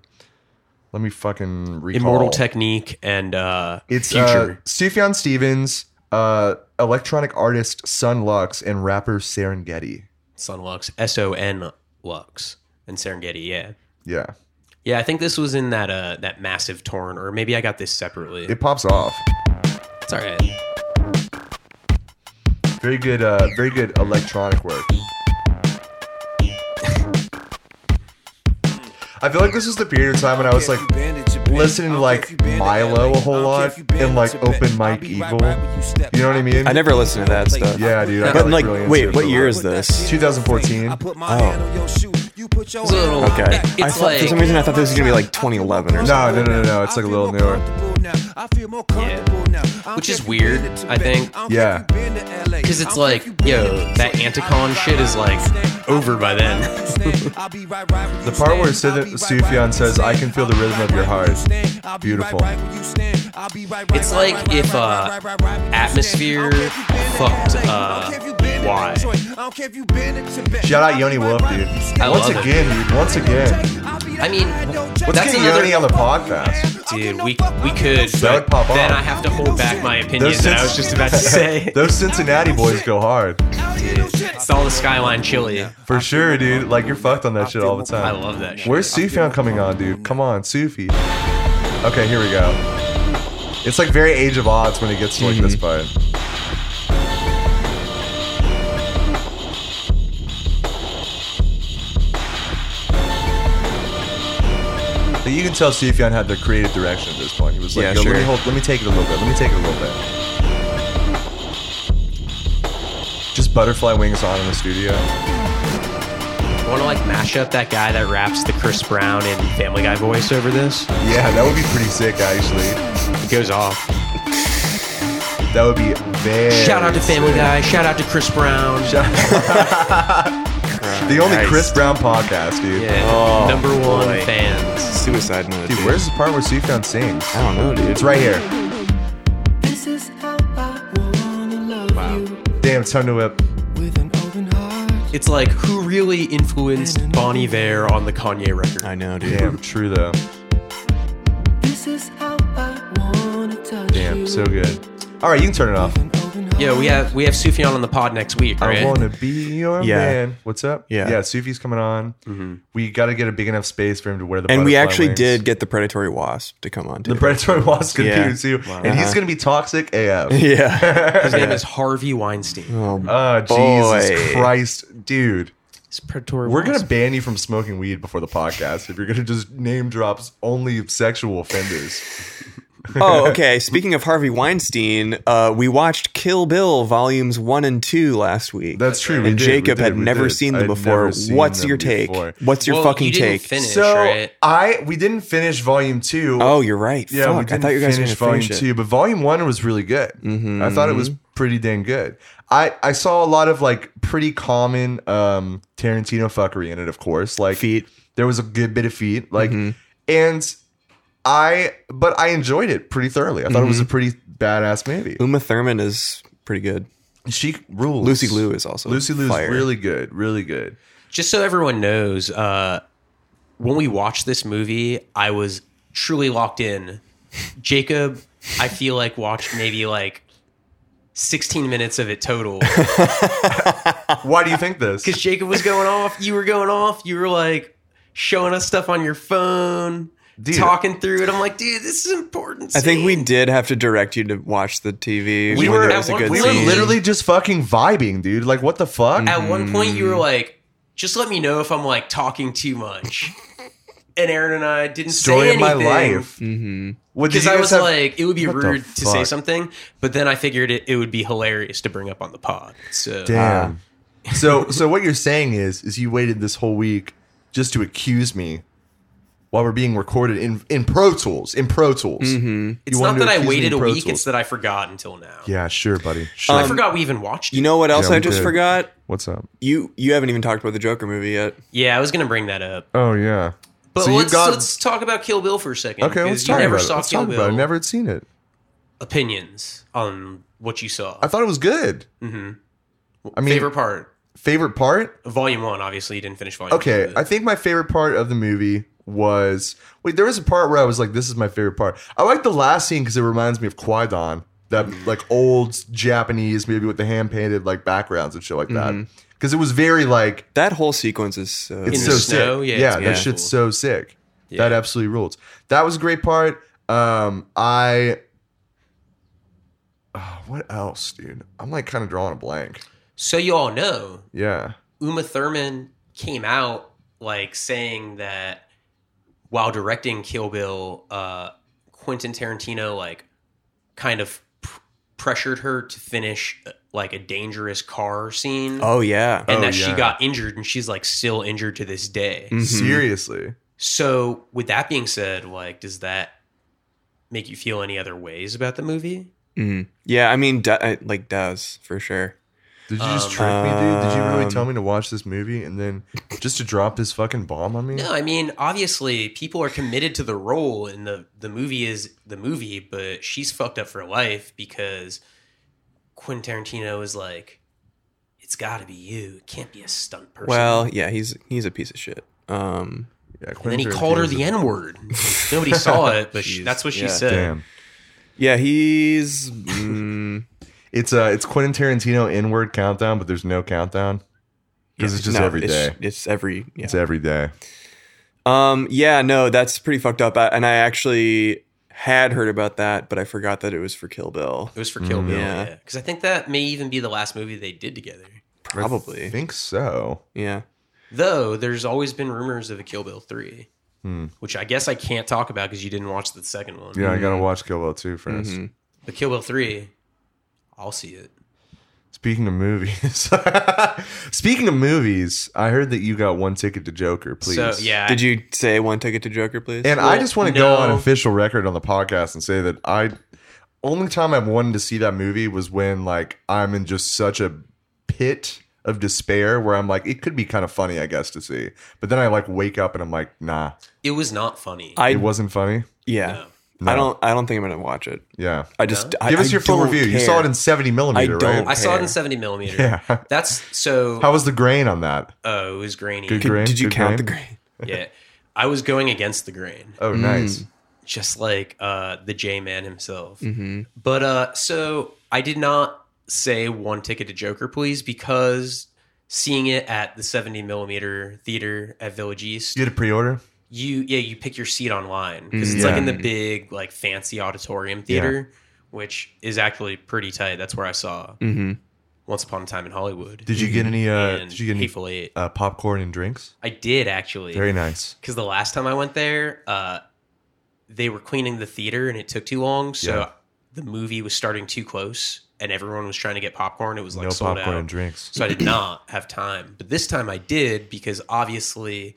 S1: let me fucking recall.
S2: Immortal Technique and uh,
S1: It's uh,
S2: Future.
S1: Sufjan Stevens, uh, electronic artist Sun Lux, and rapper Serengeti.
S2: Sunlux. S O N Lux. And Serengeti, yeah.
S1: Yeah,
S2: Yeah, I think this was in that uh, that massive torrent, or maybe I got this separately.
S1: it pops off.
S2: It's all right.
S1: Very good. Uh, very good electronic work. I feel like this is the period of time when I was like listening to like Milo a whole lot and like Open Mike Eagle. You know what I mean?
S3: I never listened to that stuff.
S1: Yeah, dude. I
S3: But,
S1: got,
S3: like,
S1: really
S3: wait,
S1: into
S3: what
S1: it. Oh,
S3: year is this?
S1: 2014.
S2: It's a little-
S3: Okay.
S2: It's
S3: I thought, for
S2: like-
S3: some reason, I thought this was going to be like 2011 or something.
S1: No, no, no, no, no. It's like a little newer.
S8: now. I feel more comfortable now. I'll
S2: Which is
S8: take you
S2: weird,
S8: been to
S2: I
S8: Tibet.
S2: think.
S8: I'll
S1: Yeah.
S8: take you been to LA.
S2: Because it's
S8: I'll
S2: like,
S8: take you been
S2: yo,
S8: to
S2: that
S8: Detroit.
S2: Anticon shit is like over by then.
S8: the
S1: part where Sid- Sufjan says, "I can feel the rhythm of your heart." Beautiful.
S8: It's
S2: like if, uh, Atmosphere fucked, uh, Why.
S1: Shout out Yoni Wolf, dude.
S2: I
S1: once
S2: love it.
S1: again, dude. Once again.
S2: I mean,
S1: Let's
S2: that's
S1: get
S2: another
S1: Yoni on the podcast.
S2: dude. We we could,
S1: That
S2: but
S1: would pop
S2: then
S1: off.
S2: I have to hold back my opinion
S1: Those
S2: that I
S1: Cin-
S2: was just about to say.
S1: Those Cincinnati boys go hard.
S2: it's all the skyline chili.
S1: For sure, dude. Like, you're fucked on that shit all the time.
S2: I love that shit.
S1: Where's Sufjan coming on, dude? Come on, Sufi. Okay, here we go. It's like very Age of Odds when it gets to like
S3: Mhm.
S1: this part. But you can tell Sufjan had the creative direction at this point. He was like,
S3: Yeah,
S1: Yo,
S3: sure.
S1: let me hold, let me take it a little bit. Let me take it a little bit. Just butterfly wings on in the studio.
S2: Want to like mash up that guy that raps the Chris Brown and Family Guy voice over this?
S1: Yeah, that would be pretty sick, actually.
S2: It goes off.
S1: That would be very.
S2: Shout out to Family Guy. Shout out to Chris Brown.
S1: The only
S3: Christ.
S1: Chris Brown podcast, dude.
S2: yeah,
S3: Oh,
S2: number one
S3: boy.
S2: fans.
S3: Suicide note.
S1: Dude, where's the part where Sufjan sings?
S3: I don't know, dude.
S1: It's right here.
S4: This is how I wanna love you
S1: Damn, tongue to whip.
S4: with an open heart.
S2: It's like who really influenced Bonnie Vare on the Kanye record?
S3: I know, dude.
S1: Damn, true though.
S4: This is how I wanna touch
S1: Damn,
S4: you.
S1: so good. All right, you can turn it off.
S4: With an open heart.
S2: Yeah, we have we have Sufjan on the pod next week,
S1: I
S2: right?
S1: wanna be your
S3: Yeah.
S1: man. What's up?
S3: Yeah. Mm-hmm.
S1: yeah. Sufi's coming on. We got to get a big enough space for him to wear the.
S3: And we
S1: butterfly
S3: actually
S1: wings.
S3: did get the predatory wasp to come on. Too.
S1: The predatory wasp computer
S3: Yeah. Uh-huh.
S1: too, and he's gonna be toxic AF.
S3: yeah.
S2: His name is Harvey Weinstein.
S1: Oh Jesus
S3: Boy.
S1: Christ, dude!
S2: It's predatory.
S1: We're gonna
S2: wasp.
S1: ban you from smoking weed before the podcast if you're gonna just name drops only sexual offenders.
S3: oh, okay. Speaking of Harvey Weinstein, uh, we watched Kill Bill volumes one and two last week.
S1: That's true. we
S3: and
S1: did, we
S3: Jacob
S1: did,
S3: had
S1: we
S3: never
S1: did.
S3: seen
S1: I
S3: them
S1: had
S3: before.
S1: never seen
S3: What's
S1: them
S3: your take?
S1: before.
S3: What's your
S2: Well,
S3: fucking
S2: you didn't
S3: take?
S2: finish,
S1: So
S2: right?
S1: I we didn't finish volume two.
S3: Oh, you're right.
S1: yeah, we
S3: Fuck, I
S1: didn't
S3: thought you guys
S1: finish
S3: were
S1: volume
S3: going to finish
S1: two,
S3: it. Mm-hmm.
S1: but volume one was really good. I thought it was pretty dang good. I I saw a lot of like pretty common um Tarantino fuckery in it. Of course, like
S3: Feet. Mm-hmm.
S1: There was a good bit of feet, like and. I but I enjoyed it pretty thoroughly. I thought it was a
S3: Mm-hmm.
S1: pretty badass movie.
S3: Uma Thurman is pretty good.
S1: She rules.
S3: Um, Lucy Liu is also
S1: Lucy Liu is
S3: fire.
S1: really good, really good.
S2: Just so everyone knows, uh, when we watched this movie, I was truly locked in. Jacob, I feel like watched maybe like 16 minutes of it total.
S1: Why do you think this?
S2: Because Jacob was going off, you were going off, you were like showing us stuff on your phone,
S1: Dude.
S2: talking through it. I'm like, dude, this is important.
S3: I think we
S2: scene.
S3: did have to direct you to watch the TV.
S2: We
S3: when
S2: were
S3: there
S2: at
S3: was a
S2: one-
S3: good
S1: We
S2: we
S1: were
S3: scene.
S1: literally just fucking vibing, dude. Like, what the fuck?
S3: Mm-hmm.
S2: At one point, you were
S1: Mm.
S2: like, just let me know if I'm like talking too much. And Aaron and I didn't
S1: Story
S2: say
S1: of my
S2: anything.
S1: life.
S3: Mm-hmm.
S1: What, did
S2: Because
S1: you
S2: I
S1: guys
S2: was
S1: have-
S2: like, it would be
S1: What the
S2: rude to say
S1: fuck?
S2: something, but then I figured it, it would be hilarious to bring up on the pod. So
S1: damn.
S2: Ah.
S1: so, so what you're saying is, is you waited this whole week just to accuse me while we're being recorded in in Pro Tools, in Pro Tools.
S2: it's
S1: You
S2: not
S1: wanted
S2: that
S1: to
S2: I
S1: accuse me
S2: waited
S1: in
S2: a
S1: Pro
S2: week;
S1: Tools.
S2: it's that I forgot until now.
S1: yeah, Um, sure, buddy. Sure.
S2: I forgot we even watched.
S3: You
S2: it.
S3: know what else
S1: Yeah,
S3: I
S1: we
S3: just
S1: did.
S3: forgot?
S1: What's up?
S3: You you haven't even talked about the Joker movie yet.
S2: yeah, I was gonna bring that up.
S1: Oh yeah.
S2: But
S1: So you
S2: let's,
S1: got-
S2: let's talk about Kill Bill for a second.
S1: Okay,
S2: 'cause
S1: let's
S2: you
S1: talk
S2: never
S1: about it.
S2: saw
S1: Let's
S2: Kill
S1: talk
S2: Bill.
S1: about it. Never had seen it.
S2: Opinions on what you saw.
S1: I thought it was good. I mean,
S2: Mm-hmm. Favorite part,
S1: favorite part?
S2: Volume One. Obviously, you didn't finish Volume.
S1: Okay,
S2: two.
S1: I think my favorite part of the movie was wait. There was a part where I was like, "This is my favorite part." I like the last scene because it reminds me of Qui-Gon,
S2: Mm.
S1: that like old Japanese maybe with the hand painted like backgrounds and shit like
S2: Mm-hmm.
S1: that. Because it was very like
S3: That whole sequence is so.
S1: it's
S2: In
S1: so
S2: the snow?
S1: sick.
S2: Yeah,
S1: Yeah,
S2: it's
S1: that
S2: kinda
S1: shit's
S2: cool.
S1: so sick. That absolutely rules. That was a great part. Um, I. Oh, what else, dude? I'm like kind of drawing a blank.
S2: so you all know
S1: Yeah.
S2: Uma Thurman came out like saying that while directing Kill Bill, uh, Quentin Tarantino like kind of pr- pressured her to finish uh, like a dangerous car scene,
S3: oh yeah.
S2: and
S1: Oh,
S2: that she
S1: yeah. Mm.
S2: got injured, and she's like still injured to this day.
S1: Seriously.
S2: So, with that being said, like, does that make you feel any other ways about the movie.
S3: Yeah, I mean, do- I- like does for sure.
S1: Did you
S2: Um,
S1: just trick me, dude? Did you really tell me to watch this movie and then just to drop this fucking bomb on me?
S2: No, I mean, obviously, people are committed to the role, and the the movie is the movie. But she's fucked up for life because Quentin Tarantino is like, it's got to be you. It can't be a stunt person.
S3: Well, yeah, he's he's a piece of shit. Um,
S1: Yeah,
S2: and then he called her the N word. Nobody saw it, but she,
S3: Jeez.
S2: that's what she
S3: Yeah.
S2: said.
S1: Damn.
S3: yeah, he's mm,
S1: It's uh, it's Quentin Tarantino inward countdown, but there's no countdown because it's just
S3: no,
S1: every day.
S3: It's, it's every yeah.
S1: It's every day.
S3: Um, yeah, no, that's pretty fucked up. I, and I actually had heard about that, but I forgot that it was for Kill Bill.
S2: It was for Kill Bill,
S3: yeah.
S2: yeah. Because I think that may even be the last movie they did together.
S1: I
S3: Probably.
S1: think so.
S3: Yeah.
S2: Though there's always been rumors of a Kill Bill three, which I guess I can't talk about because you didn't watch the second one.
S1: Yeah, I gotta watch Kill Bill 2 1st
S2: Mm-hmm. But Kill Bill three, I'll see it.
S1: Speaking of movies, speaking of movies, I heard that you got one ticket to Joker. Please,
S2: So yeah,
S3: Did you say one ticket to Joker, please?
S1: And I
S2: Well,
S1: just want to
S2: no.
S1: go on official record on the podcast and say that I only time I've wanted to see that movie was when like I'm in just such a pit of despair where I'm like it could be kind of funny I guess to see. But then I like wake up and I'm like nah,
S2: it was not funny.
S3: I
S1: it wasn't funny.
S3: yeah. I don't I don't think I'm gonna watch it.
S1: Yeah.
S3: I just I,
S1: Give us
S3: I
S1: your full
S3: don't
S1: review. You
S3: care.
S1: saw it in 70 millimeter,
S3: I don't-
S2: I
S1: right?
S2: saw it in
S3: care.
S2: seventy millimeter.
S1: Yeah.
S2: That's so.
S1: How was the grain on that?
S2: oh, it was grainy.
S1: Good
S3: Could-
S1: grain?
S3: Did you
S1: Good
S3: count
S1: grain?
S3: the grain?
S2: yeah, I was going against the grain.
S1: Oh, nice.
S2: just like uh, the J Man himself.
S1: Mm-hmm.
S2: But uh, so I did not say one ticket to Joker, please, because seeing it at the 70 millimeter theater at Village East,
S1: You did a pre-order?
S2: you yeah you pick your seat online because it's
S1: Mm, Yeah.
S2: like in the big like fancy auditorium theater, which is actually pretty tight. That's where I saw Once Upon a Time in Hollywood.
S1: Mm-hmm. Did you get any uh
S2: and
S1: did you get any
S2: Hateful Eight.
S1: uh, popcorn and drinks?
S2: I did actually
S1: Very nice.
S2: because the last time I went there, uh, they were cleaning the theater and it took too long, so
S1: Yeah.
S2: the movie was starting too close, and everyone was trying to get popcorn. It was like
S1: no
S2: sold
S1: popcorn
S2: out,
S1: and drinks.
S2: so I did not have time. But this time I did because obviously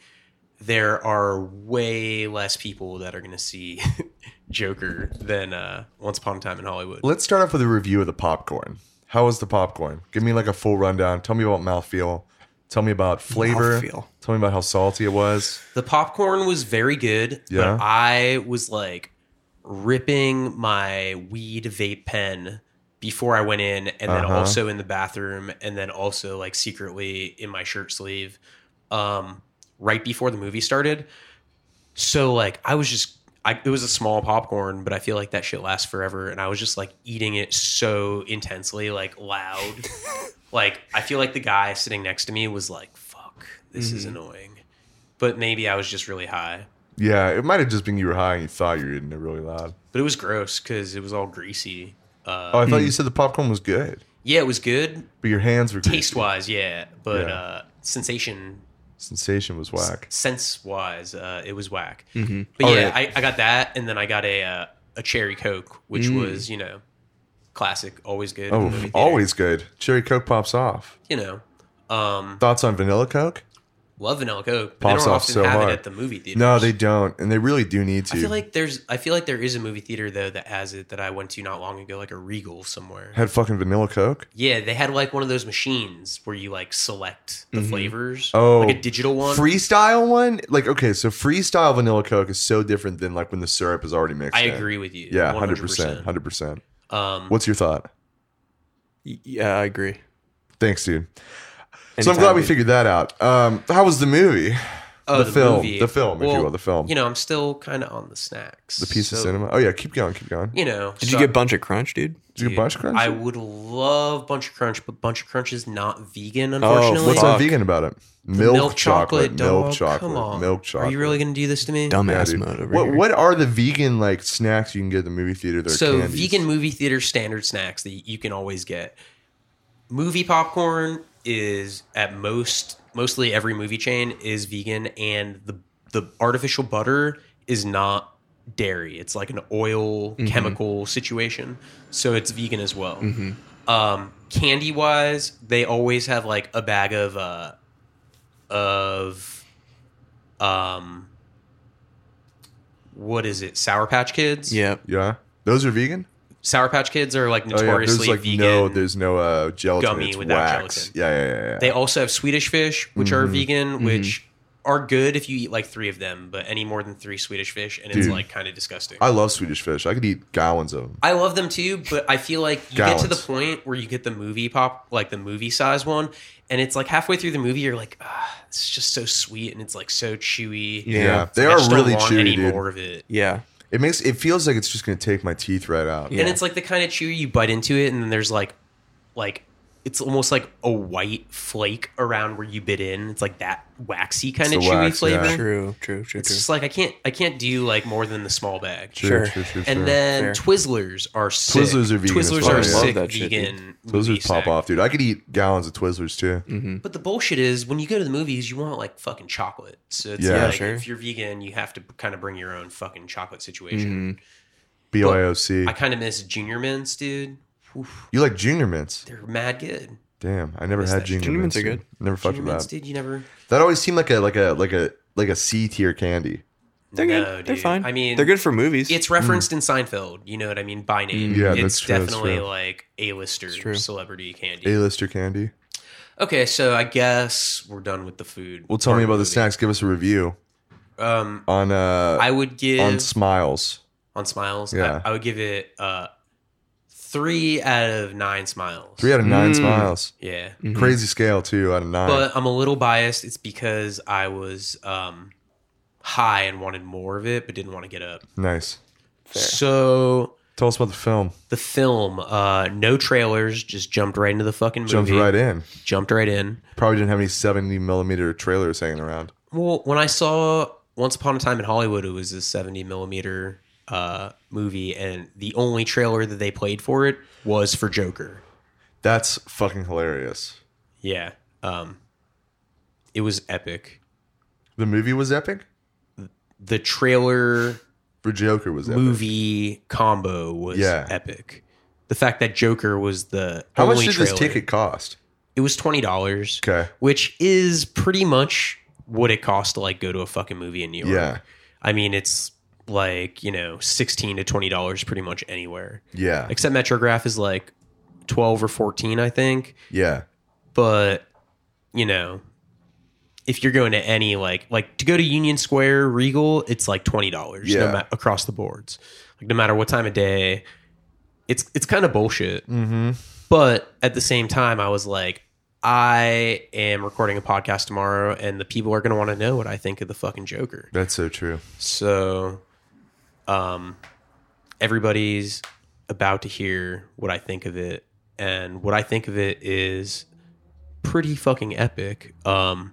S2: there are way less people that are going to see Joker than uh, Once Upon a Time in Hollywood.
S1: Let's start off with a review of the popcorn. How was the popcorn? Give me like a full rundown. Tell me about mouthfeel. Tell me about flavor.
S3: Mouthfeel.
S1: Tell me about how salty it was.
S2: The popcorn was very good,
S1: Yeah.
S2: but I was like ripping my weed vape pen before I went in, and then
S1: Uh-huh.
S2: also in the bathroom, and then also like secretly in my shirt sleeve, um, right before the movie started. So like I was just. I, it was a small popcorn, but I feel like that shit lasts forever. And I was just like eating it so intensely, like loud. like I feel like the guy sitting next to me was like, "Fuck, this is
S1: Mm-hmm.
S2: annoying." But maybe I was just really high.
S1: Yeah, it might have just been you were high and you thought you were eating it really loud.
S2: But it was gross because it was all greasy. Uh,
S1: Oh, I thought you said the popcorn was good,
S2: yeah, it was good
S1: but your hands were greasy.
S2: taste wise, yeah, but
S1: Yeah.
S2: Uh, sensation
S1: Sensation was whack.
S2: sense wise, uh, it was whack.
S1: Mm-hmm.
S2: But
S1: Oh,
S2: yeah, I, I got that, and then I got a uh, a cherry coke, which was you know classic, always good. in the
S1: Mm. Oh,
S2: movie theater,
S1: always good. Cherry Coke pops off.
S2: you know. Um,
S1: Thoughts on vanilla Coke?
S2: love vanilla coke. But they
S1: Pops
S2: don't
S1: off
S2: often
S1: so
S2: have
S1: hard.
S2: it at the movie theater.
S1: No, they don't, and they really do need to.
S2: I feel like there's. I feel like there is a movie theater though that has it that I went to not long ago, like a Regal somewhere.
S1: had fucking vanilla Coke.
S2: Yeah, they had like one of those machines where you like select the flavors.
S1: Oh,
S2: like a digital one.
S1: Freestyle one? Like, okay, so freestyle vanilla Coke is so different than like when the syrup is already mixed.
S2: I
S1: in.
S2: agree with you.
S1: Yeah, hundred percent, hundred percent.
S2: Um,
S1: What's your thought?
S3: Yeah, I agree.
S1: Thanks, dude. so I'm
S3: Anytime
S1: glad we
S3: we-
S1: figured that out. Um, how was the movie?
S2: oh,
S1: the film,
S2: movie.
S1: the film, if you will, the film.
S2: You know, I'm still kind of on the snacks. The
S1: Piece of cinema. Oh yeah, keep going, keep going.
S2: You know,
S3: Did you get bunch of crunch, dude?
S1: Did you get Bunch Crunch?
S2: I would love bunch of crunch, but bunch of crunch is not vegan.
S3: what's
S2: Unfortunately,
S1: Oh, What's
S3: Fuck.
S1: on vegan about it?
S2: milk,
S1: Milk,
S2: chocolate, dog.
S1: milk chocolate,
S2: Come on,
S1: milk chocolate.
S2: Are you really gonna do this to me?
S1: Yeah,
S3: Dumbass
S1: dude.
S3: mode over
S1: What
S3: here.
S1: what are the vegan like snacks you can get at the movie theater? That are
S2: so
S1: candies?
S2: vegan movie theater standard snacks that you can always get movie popcorn is at most mostly every movie chain is vegan and the the artificial butter is not dairy it's like an oil chemical situation so it's vegan as well um candy wise they always have like a bag of uh of um what is it? Sour Patch Kids.
S3: Yeah.
S1: Yeah, those are vegan.
S2: Sour Patch Kids are like
S1: Oh yeah,
S2: notoriously
S1: there's like
S2: vegan.
S1: no, there's no uh, gelatin.
S2: gummy
S1: it's
S2: without
S1: wax.
S2: gelatin.
S1: Yeah, yeah, yeah. yeah.
S2: They also have Swedish fish, which are
S1: Mm-hmm.
S2: vegan, which are good if you eat like three of them, but any more than three Swedish fish, and it's
S1: Dude.
S2: like kind of disgusting.
S1: I
S2: I,
S1: love Swedish fish. I could eat gallons of them.
S2: love them too, but I feel like you get to the
S1: Gallons.
S2: point where you get the movie pop, like the movie size one, and it's like halfway through the movie, you're like, ah, it's just so sweet and it's like so chewy.
S1: Yeah,
S3: Yeah.
S1: they
S2: I
S1: are
S2: just don't
S1: really
S2: want
S1: chewy,
S2: any
S1: dude.
S2: more of it.
S3: Yeah.
S1: It makes it feels like it's just gonna take my teeth right out.
S3: Yeah.
S2: And it's like the kind of chew you bite into it, and then there's like, like it's almost like a white flake around where you bit in. It's like that waxy kind of
S1: It's
S2: chewy
S1: the wax,
S2: flavor.
S1: yeah.
S3: True. True. True.
S2: It's
S3: True.
S2: just like I can't, I can't do like more than the small bag.
S1: Sure,
S3: Sure.
S1: sure, sure,
S2: And
S1: sure.
S2: then
S3: Fair.
S2: Twizzlers are sick.
S1: Twizzlers are vegan as
S2: Twizzlers
S1: well.
S2: are
S1: I love
S2: sick
S3: that shit, dude.
S2: vegan. movie
S1: Twizzlers pop
S2: snack.
S1: off, dude. I could eat gallons of Twizzlers too.
S2: But the bullshit is when you go to the movies, you want like fucking chocolate. So it's
S1: Yeah,
S2: like
S3: sure.
S2: if you're vegan, you have to kind of bring your own fucking chocolate
S1: Mm-hmm.
S2: situation.
S1: BYOC.
S2: I kind of miss Junior Mints, dude. Oof,
S1: you like Junior Mints?
S2: they're mad good.
S1: Damn, I never
S2: What's
S1: had
S2: that?
S1: Junior,
S3: Junior Mints are
S1: dude.
S3: good.
S1: Never fucked
S2: Junior
S1: with
S2: Mints,
S1: that.
S2: dude, you never.
S1: That always seemed like a like a like a like a C tier candy.
S3: They're good.
S2: No,
S3: They're
S2: dude.
S3: fine.
S2: I mean,
S3: they're good for movies.
S2: It's referenced in Seinfeld. You know what I mean by name.
S1: Mm, yeah,
S2: it's
S1: that's true, that's
S2: definitely
S1: true.
S2: like A-lister
S3: true.
S2: celebrity candy.
S1: A lister candy.
S2: Okay, so I guess we're done with the food.
S1: Well, tell
S2: part
S1: me
S2: of
S1: about the
S2: movie.
S1: snacks. Give us a review
S2: Um,
S1: on uh
S2: I would give
S1: on
S2: on,
S1: Smiles.
S2: smiles.
S1: Yeah.
S2: I, I would give it uh three out of nine smiles.
S1: Three out Mm. of nine smiles.
S2: yeah,
S1: Crazy scale too. Out of nine.
S2: Mm. Mm-hmm. but I'm a little biased. It's because I was um high and wanted more of it, but didn't want to get up.
S1: nice.
S2: So
S1: Tell us about the film.
S2: the film, uh, no trailers, just jumped right into the fucking movie.
S1: Jumped right in.
S2: Jumped right in.
S1: Probably didn't have any seventy millimeter trailers hanging around.
S2: Well, when I saw Once Upon a Time in Hollywood, it was a 70 millimeter uh, movie, and the only trailer that they played for it was for Joker.
S1: That's fucking hilarious.
S2: Yeah. Um, it was epic.
S1: The movie was epic.
S2: The trailer
S1: For Joker was epic.
S2: movie combo was
S1: Yeah.
S2: epic. The fact that Joker was the
S1: How
S2: only
S1: much did
S2: trailer,
S1: this ticket cost?
S2: It was twenty dollars.
S1: Okay.
S2: which is pretty much what it costs to like go to a fucking movie in New York.
S1: Yeah.
S2: I mean, it's like, you know, 16 to $20 pretty much anywhere.
S1: Yeah.
S2: Except Metrograph is like 12 or 14, I think.
S1: yeah.
S2: But, you know, if you're going to any like like to go to Union Square Regal, it's like $20 no
S1: Yeah.
S2: ma- across the boards. Like no matter what time of day. It's it's kind of bullshit.
S1: Mm-hmm.
S2: But at the same time, I was like, I am recording a podcast tomorrow, and the people are going to want to know what I think of the fucking Joker.
S1: That's so true.
S2: So, um, everybody's about to hear what I think of it, and what I think of it is pretty fucking epic. Um,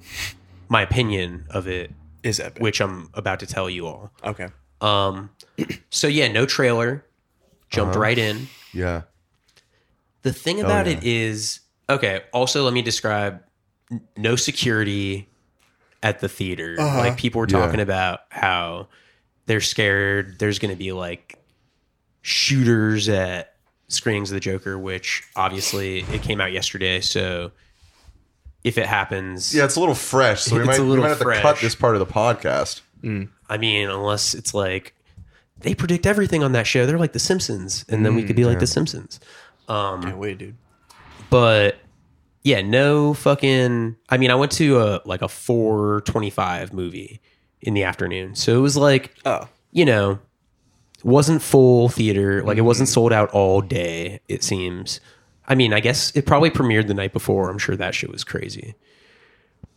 S2: my opinion of it,
S3: is epic.
S2: which I'm about to tell you all.
S3: okay.
S2: Um, so yeah, no trailer, jumped right in.
S1: Yeah.
S2: The thing about
S1: Oh, yeah.
S2: it is, okay, also let me describe n- no security at the theater. Like people were
S1: Uh-huh. Yeah.
S2: talking about how they're scared there's going to be like shooters at screenings of the Joker, which obviously it came out yesterday, so if it happens,
S1: Yeah, it's a little fresh, so we
S2: It's
S1: might,
S2: a
S1: we
S2: little
S1: might have to cut
S2: fresh.
S1: this part of the podcast.
S2: I mean, unless it's like they predict everything on that show. They're like the Simpsons, and then we could be like the Simpsons. Um,
S3: Yeah, Mm, wait, dude.
S2: but yeah, no fucking. I mean, I went to a like a four twenty five movie in the afternoon, so it was like
S3: Oh,
S2: you know, it wasn't full theater.
S3: Mm-hmm.
S2: Like it wasn't sold out all day. It seems. I mean, I guess it probably premiered the night before. I'm sure that shit was crazy,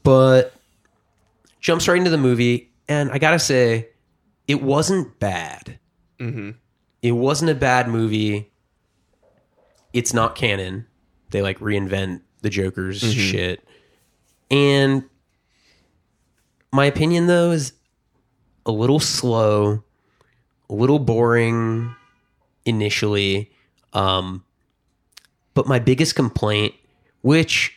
S2: but jumps right into the movie, and I gotta say, it wasn't bad. It wasn't a bad movie. It's not canon. They like reinvent the Joker's shit, and my opinion though is a little slow, a little boring initially. Um, but my biggest complaint, which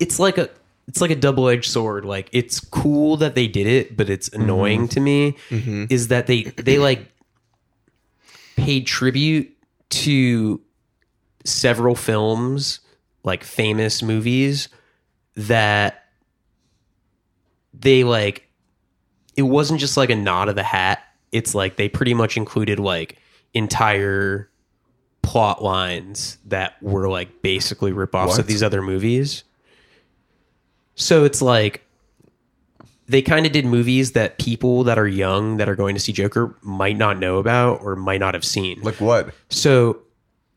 S2: it's like a it's like a double edged sword. Like it's cool that they did it, but it's annoying to me. Is that they they like paid tribute to several films, like famous movies that they like it wasn't just like a nod of the hat it's like they pretty much included like entire plot lines that were like basically ripoffs
S1: What?
S2: of these other movies. So it's like they kind of did movies that people that are young that are going to see Joker might not know about or might not have seen.
S1: Like what?
S2: So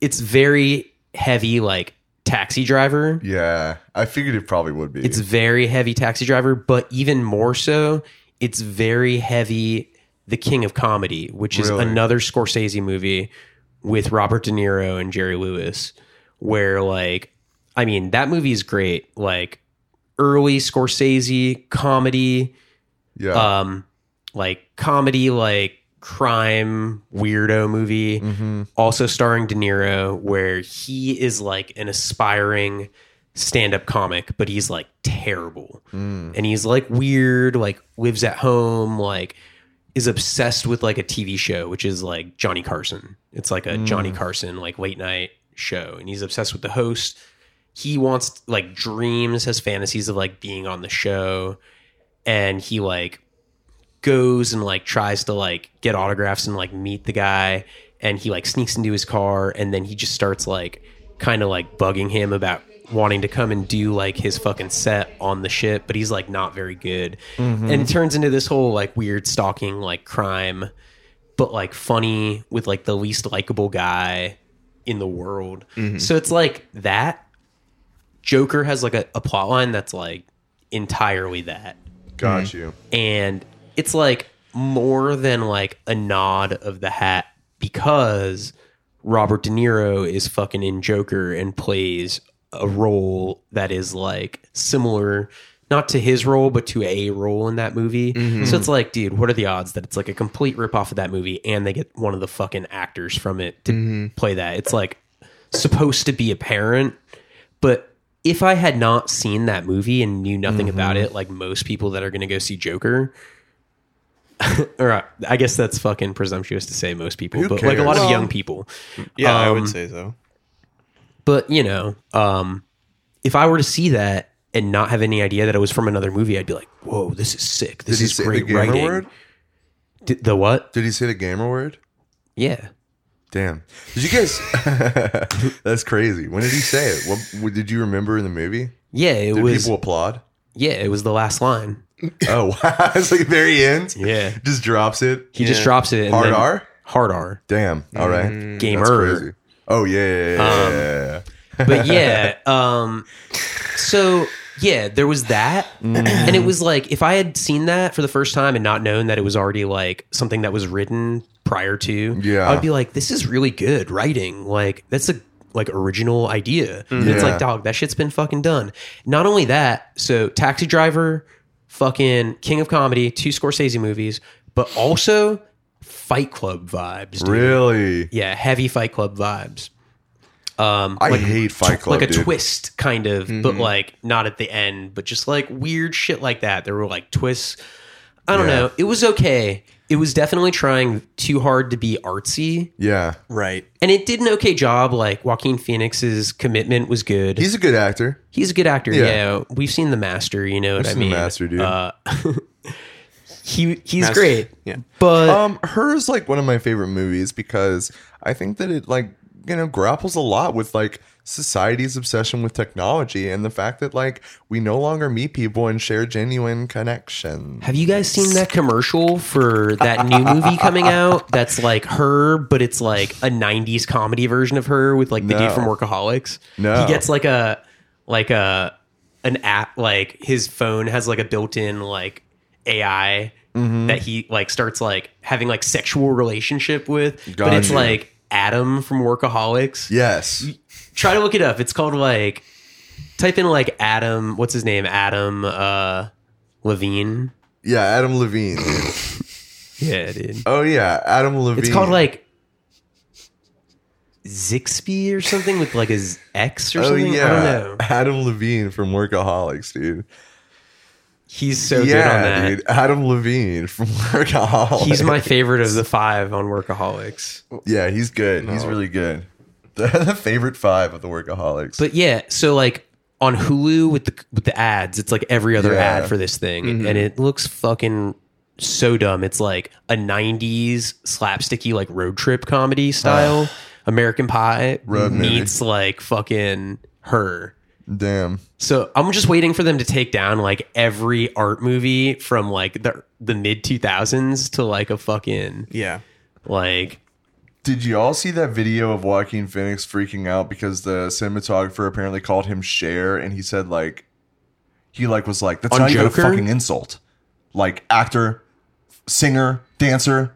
S2: it's very heavy, like taxi driver.
S1: Yeah, I figured it probably would be.
S2: It's very heavy taxi driver, but even more so, it's very heavy The King of Comedy, which is
S1: Really?
S2: another Scorsese movie with Robert De Niro and Jerry Lewis, where like I mean, that movie is great. Like early Scorsese comedy,
S1: yeah,
S2: um, like comedy, like crime weirdo movie, also starring De Niro, where he is like an aspiring stand-up comic, but he's like terrible, and he's like weird, like lives at home, like is obsessed with like a TV show, which is like Johnny Carson. It's like a Johnny Carson like late night show, and he's obsessed with the host. He wants like dreams, has fantasies of like being on the show, and he like goes and like tries to like get autographs and like meet the guy and he like sneaks into his car and then he just starts like kind of like bugging him about wanting to come and do like his fucking set on the ship but he's like not very good and it turns into this whole like weird stalking like crime but like funny with like the least likable guy in the world so it's like that joker has like a, a plot line that's like entirely that mm.
S1: got you.
S2: and it's like more than like a nod of the hat because Robert De Niro is fucking in Joker and plays a role that is like similar not to his role but to a role in that movie.
S1: Mm-hmm.
S2: So it's like dude, what are the odds that it's like a complete ripoff of that movie and they get one of the fucking actors from it to
S1: Mm-hmm.
S2: play that? It's like supposed to be apparent but if I had not seen that movie and knew nothing
S1: Mm-hmm.
S2: about it, like most people that are going to go see Joker, or uh, I guess that's fucking presumptuous to say most people,
S1: Who
S2: but like a lot
S1: cares?
S2: of young people.
S3: Yeah, I
S2: Um,
S3: would say so.
S2: But you know, um, if I were to see that and not have any idea that it was from another movie, I'd be like, "Whoa, this is sick! This
S1: Did he
S2: is
S1: say
S2: great
S1: the gamer
S2: writing."
S1: word?
S2: D- the what?
S1: Did he say the gamer word?
S2: Yeah,
S1: Damn. Did you guys? That's crazy. When did he say it? What, what did you remember in the movie?
S2: yeah, it
S1: Did
S2: was.
S1: people applaud?
S2: yeah, it was the last line.
S1: Oh, wow. it's like the very end.
S2: Yeah,
S1: Just drops it.
S2: he just drops it. And
S1: Hard
S2: then- Mm,
S1: R?
S2: Hard R.
S1: Damn. All right.
S2: Gamer.
S1: That's crazy. Oh yeah. yeah, yeah, yeah, yeah.
S2: but yeah um so yeah there was that and it was like if i had seen that for the first time and not known that it was already like something that was written prior to
S1: Yeah.
S2: i'd be like this is really good writing like that's a like original idea And it's
S1: Mm-hmm. Yeah.
S2: like dog that shit's been fucking done not only that so taxi driver fucking king of comedy two scorsese movies but also fight club vibes dude.
S1: Really?
S2: yeah heavy fight club vibes um
S1: I hate Fight Club.
S2: like a
S1: dude.
S2: twist kind of but like not at the end but just like weird shit like that there were like twists i don't
S1: Yeah.
S2: know it was okay it was definitely trying too hard to be artsy
S1: Yeah.
S3: Right.
S2: and it did an okay job like joaquin phoenix's commitment was good he's,
S1: He's a good actor.
S2: a good actor
S1: Yeah.
S2: yeah. we've seen the master you know what i
S1: seen The
S2: mean
S1: Master, dude.
S2: uh, he he's
S3: Master-
S2: great
S3: yeah.
S2: but
S1: Um, her is like one of my favorite movies because I think that it like you know grapples a lot with like society's obsession with technology and the fact that like we no longer meet people and share genuine connection.
S2: Have you guys seen that commercial for that new movie coming out that's like her, but it's like a 90s comedy version of her with like the
S1: No.
S2: dude from Workaholics?
S1: No.
S2: He gets like a, like a, an app, like his phone has like a built in like AI
S1: Mm-hmm.
S2: that he like starts like having like sexual relationship with. But it's
S1: Gotcha.
S2: like Adam from Workaholics.
S1: Yes.
S2: Try to look it up. It's called like, type in like Adam, what's his name? Adam, uh, Levine.
S1: Yeah, Adam Levine.
S2: Yeah, dude.
S1: Oh yeah, Adam Levine.
S2: It's called like Zixby or something with like a Z- X or
S1: Oh
S2: something.
S1: yeah,
S2: I don't know.
S1: Adam Levine from Workaholics, dude.
S2: He's
S1: yeah,
S2: so good on that.
S1: dude. Adam Levine from Workaholics.
S2: He's my favorite of the five on Workaholics.
S1: yeah. He's good. He's really good. The, favorite five of the Workaholics.
S2: But yeah, so like on Hulu with the with the ads, it's like every other
S1: Yeah.
S2: Mm-hmm. ad for this thing, and it looks fucking so dumb. It's like a '90s slapsticky like road trip comedy style. American Pie
S1: Road movie.
S2: meets like fucking her.
S1: Damn.
S2: So I'm just waiting for them to take down like every art movie from like the the mid 2000s to like a fucking
S3: Yeah.
S2: like
S1: Did you all see that video of Joaquin Phoenix freaking out because the cinematographer apparently called him Cher and he said like he like was like that's
S2: On
S1: not
S2: Joker?
S1: even a fucking insult. Like actor, singer, dancer,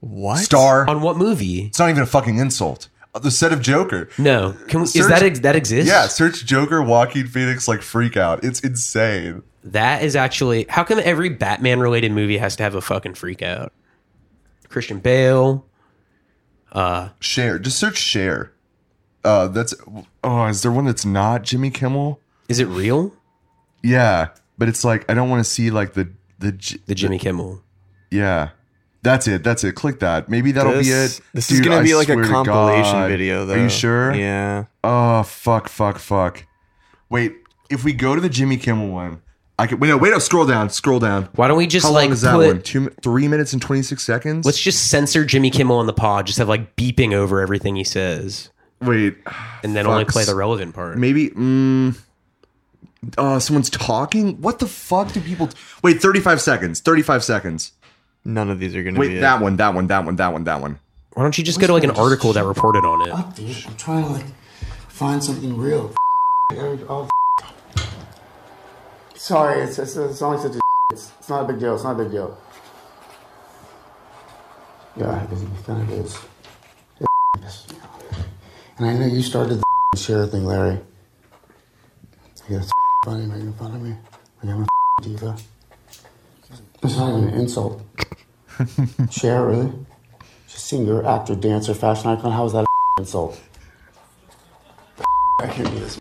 S3: What?
S1: star.
S2: on what movie?
S1: It's not even a fucking insult. Uh, The set of Joker.
S2: No, can we, is
S1: Search-
S2: that ex- that exists?
S1: Yeah, search Joker Joaquin Phoenix like freak out. It's insane.
S2: that is actually how come every Batman related movie has to have a fucking freak out? Christian Bale,
S1: Share. Just search share. Uh that's oh, is there one that's not Jimmy Kimmel?
S2: is it real?
S1: Yeah. But it's like I don't want to see like the the, J-
S2: The Jimmy Kimmel.
S1: Yeah. That's it. That's it. Click that. Maybe that'll be
S3: This,
S1: it.
S3: this is
S1: Dude,
S3: gonna
S1: I
S3: be like a
S1: swear to
S3: compilation
S1: God.
S3: video, though.
S1: Are you sure?
S3: Yeah.
S1: Oh fuck, fuck, fuck. Wait, if we go to the Jimmy Kimmel one, I could wait no, wait no, scroll down, scroll down.
S2: Why don't we just
S1: How
S2: like
S1: long is that
S2: put-
S1: one? Two mi- three minutes and twenty six seconds?
S2: Let's just censor Jimmy Kimmel on the pod. Just have like beeping over everything he says,
S1: wait.
S2: and then only
S1: Fucks.
S2: play the relevant part.
S1: Maybe mm, uh someone's talking? What the fuck do people wait, thirty five seconds. Thirty five seconds.
S3: None of these are gonna be
S1: Wait,
S3: it.
S1: that one, that one, that one, that one, that one.
S2: Why don't you just go to like an article that reported on it?
S9: dude. I'm trying to like find something real. Every- all Sorry, it's, it's, it's only such a. It's, it's not a big deal. It's not a big deal. Yeah, it kind of is. It is. And I know you started the share thing, Larry. Yeah, it's funny making fun of me. Like I'm a diva. It's not even an insult. Cher, really? She's a singer, actor, dancer, fashion icon. How is that an insult? I can't do this.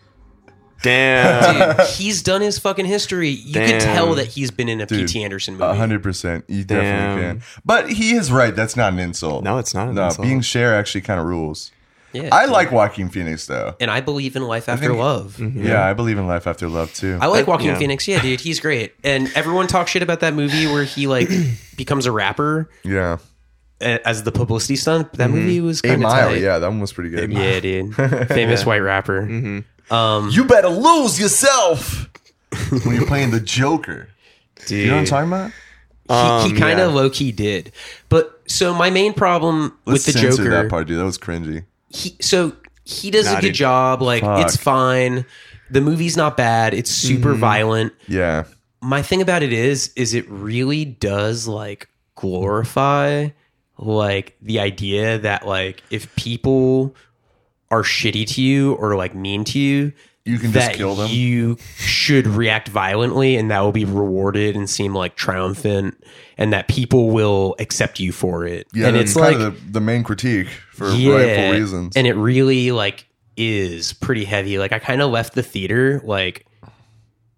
S3: Damn.
S2: he's done his fucking history. You
S3: Damn.
S2: could tell that he's been in a
S1: Dude,
S2: P.T. Anderson
S1: A
S2: movie.
S1: hundred percent. You
S3: Damn.
S1: definitely can. But he is right. That's not an insult.
S3: No, it's not an
S1: no,
S3: insult.
S1: being share actually kind of rules.
S2: Yeah.
S1: I like Joaquin Phoenix though.
S2: and I believe in life after
S1: think- mm-hmm.
S2: love.
S1: Yeah. I believe in life after love too.
S2: I like
S3: I-
S2: Walking
S3: yeah.
S2: Phoenix. Yeah, dude, he's great. And everyone talks shit about that movie where he like becomes a rapper
S1: yeah,
S2: uh, as the publicity stunt. But that movie was
S1: Eight
S2: kind of
S1: Mm-hmm. Mile.
S2: tight.
S1: Yeah, Mm-hmm. that one was pretty good.
S2: Yeah, dude. Famous white rapper.
S1: You better lose yourself when you're playing the Joker.
S2: Dude.
S1: You know what I'm talking about?
S2: he, he
S3: Um,
S2: kind
S3: yeah.
S2: of low key did. But so my main problem
S1: Let's
S2: with the
S1: censor
S2: Joker
S1: that part, dude. That was cringy.
S2: he so he does
S3: Nah,
S2: a good
S3: dude.
S2: job. Like
S1: Fuck. Mm-hmm.
S2: it's fine. The movie's not bad. It's super violent.
S1: Yeah,
S2: My thing about it is, is it really does like glorify like the idea that like if people are shitty to you or like mean to you,
S1: you can
S2: that
S1: just kill them.
S2: you should react violently and that will be rewarded and seem like triumphant and that people will accept you for it.
S1: yeah,
S2: and
S1: that's
S2: it's
S1: kind
S2: like
S1: of the, the main critique for
S2: yeah.
S1: rightful reasons.
S2: And it really like is pretty heavy. Like I kind of left the theater like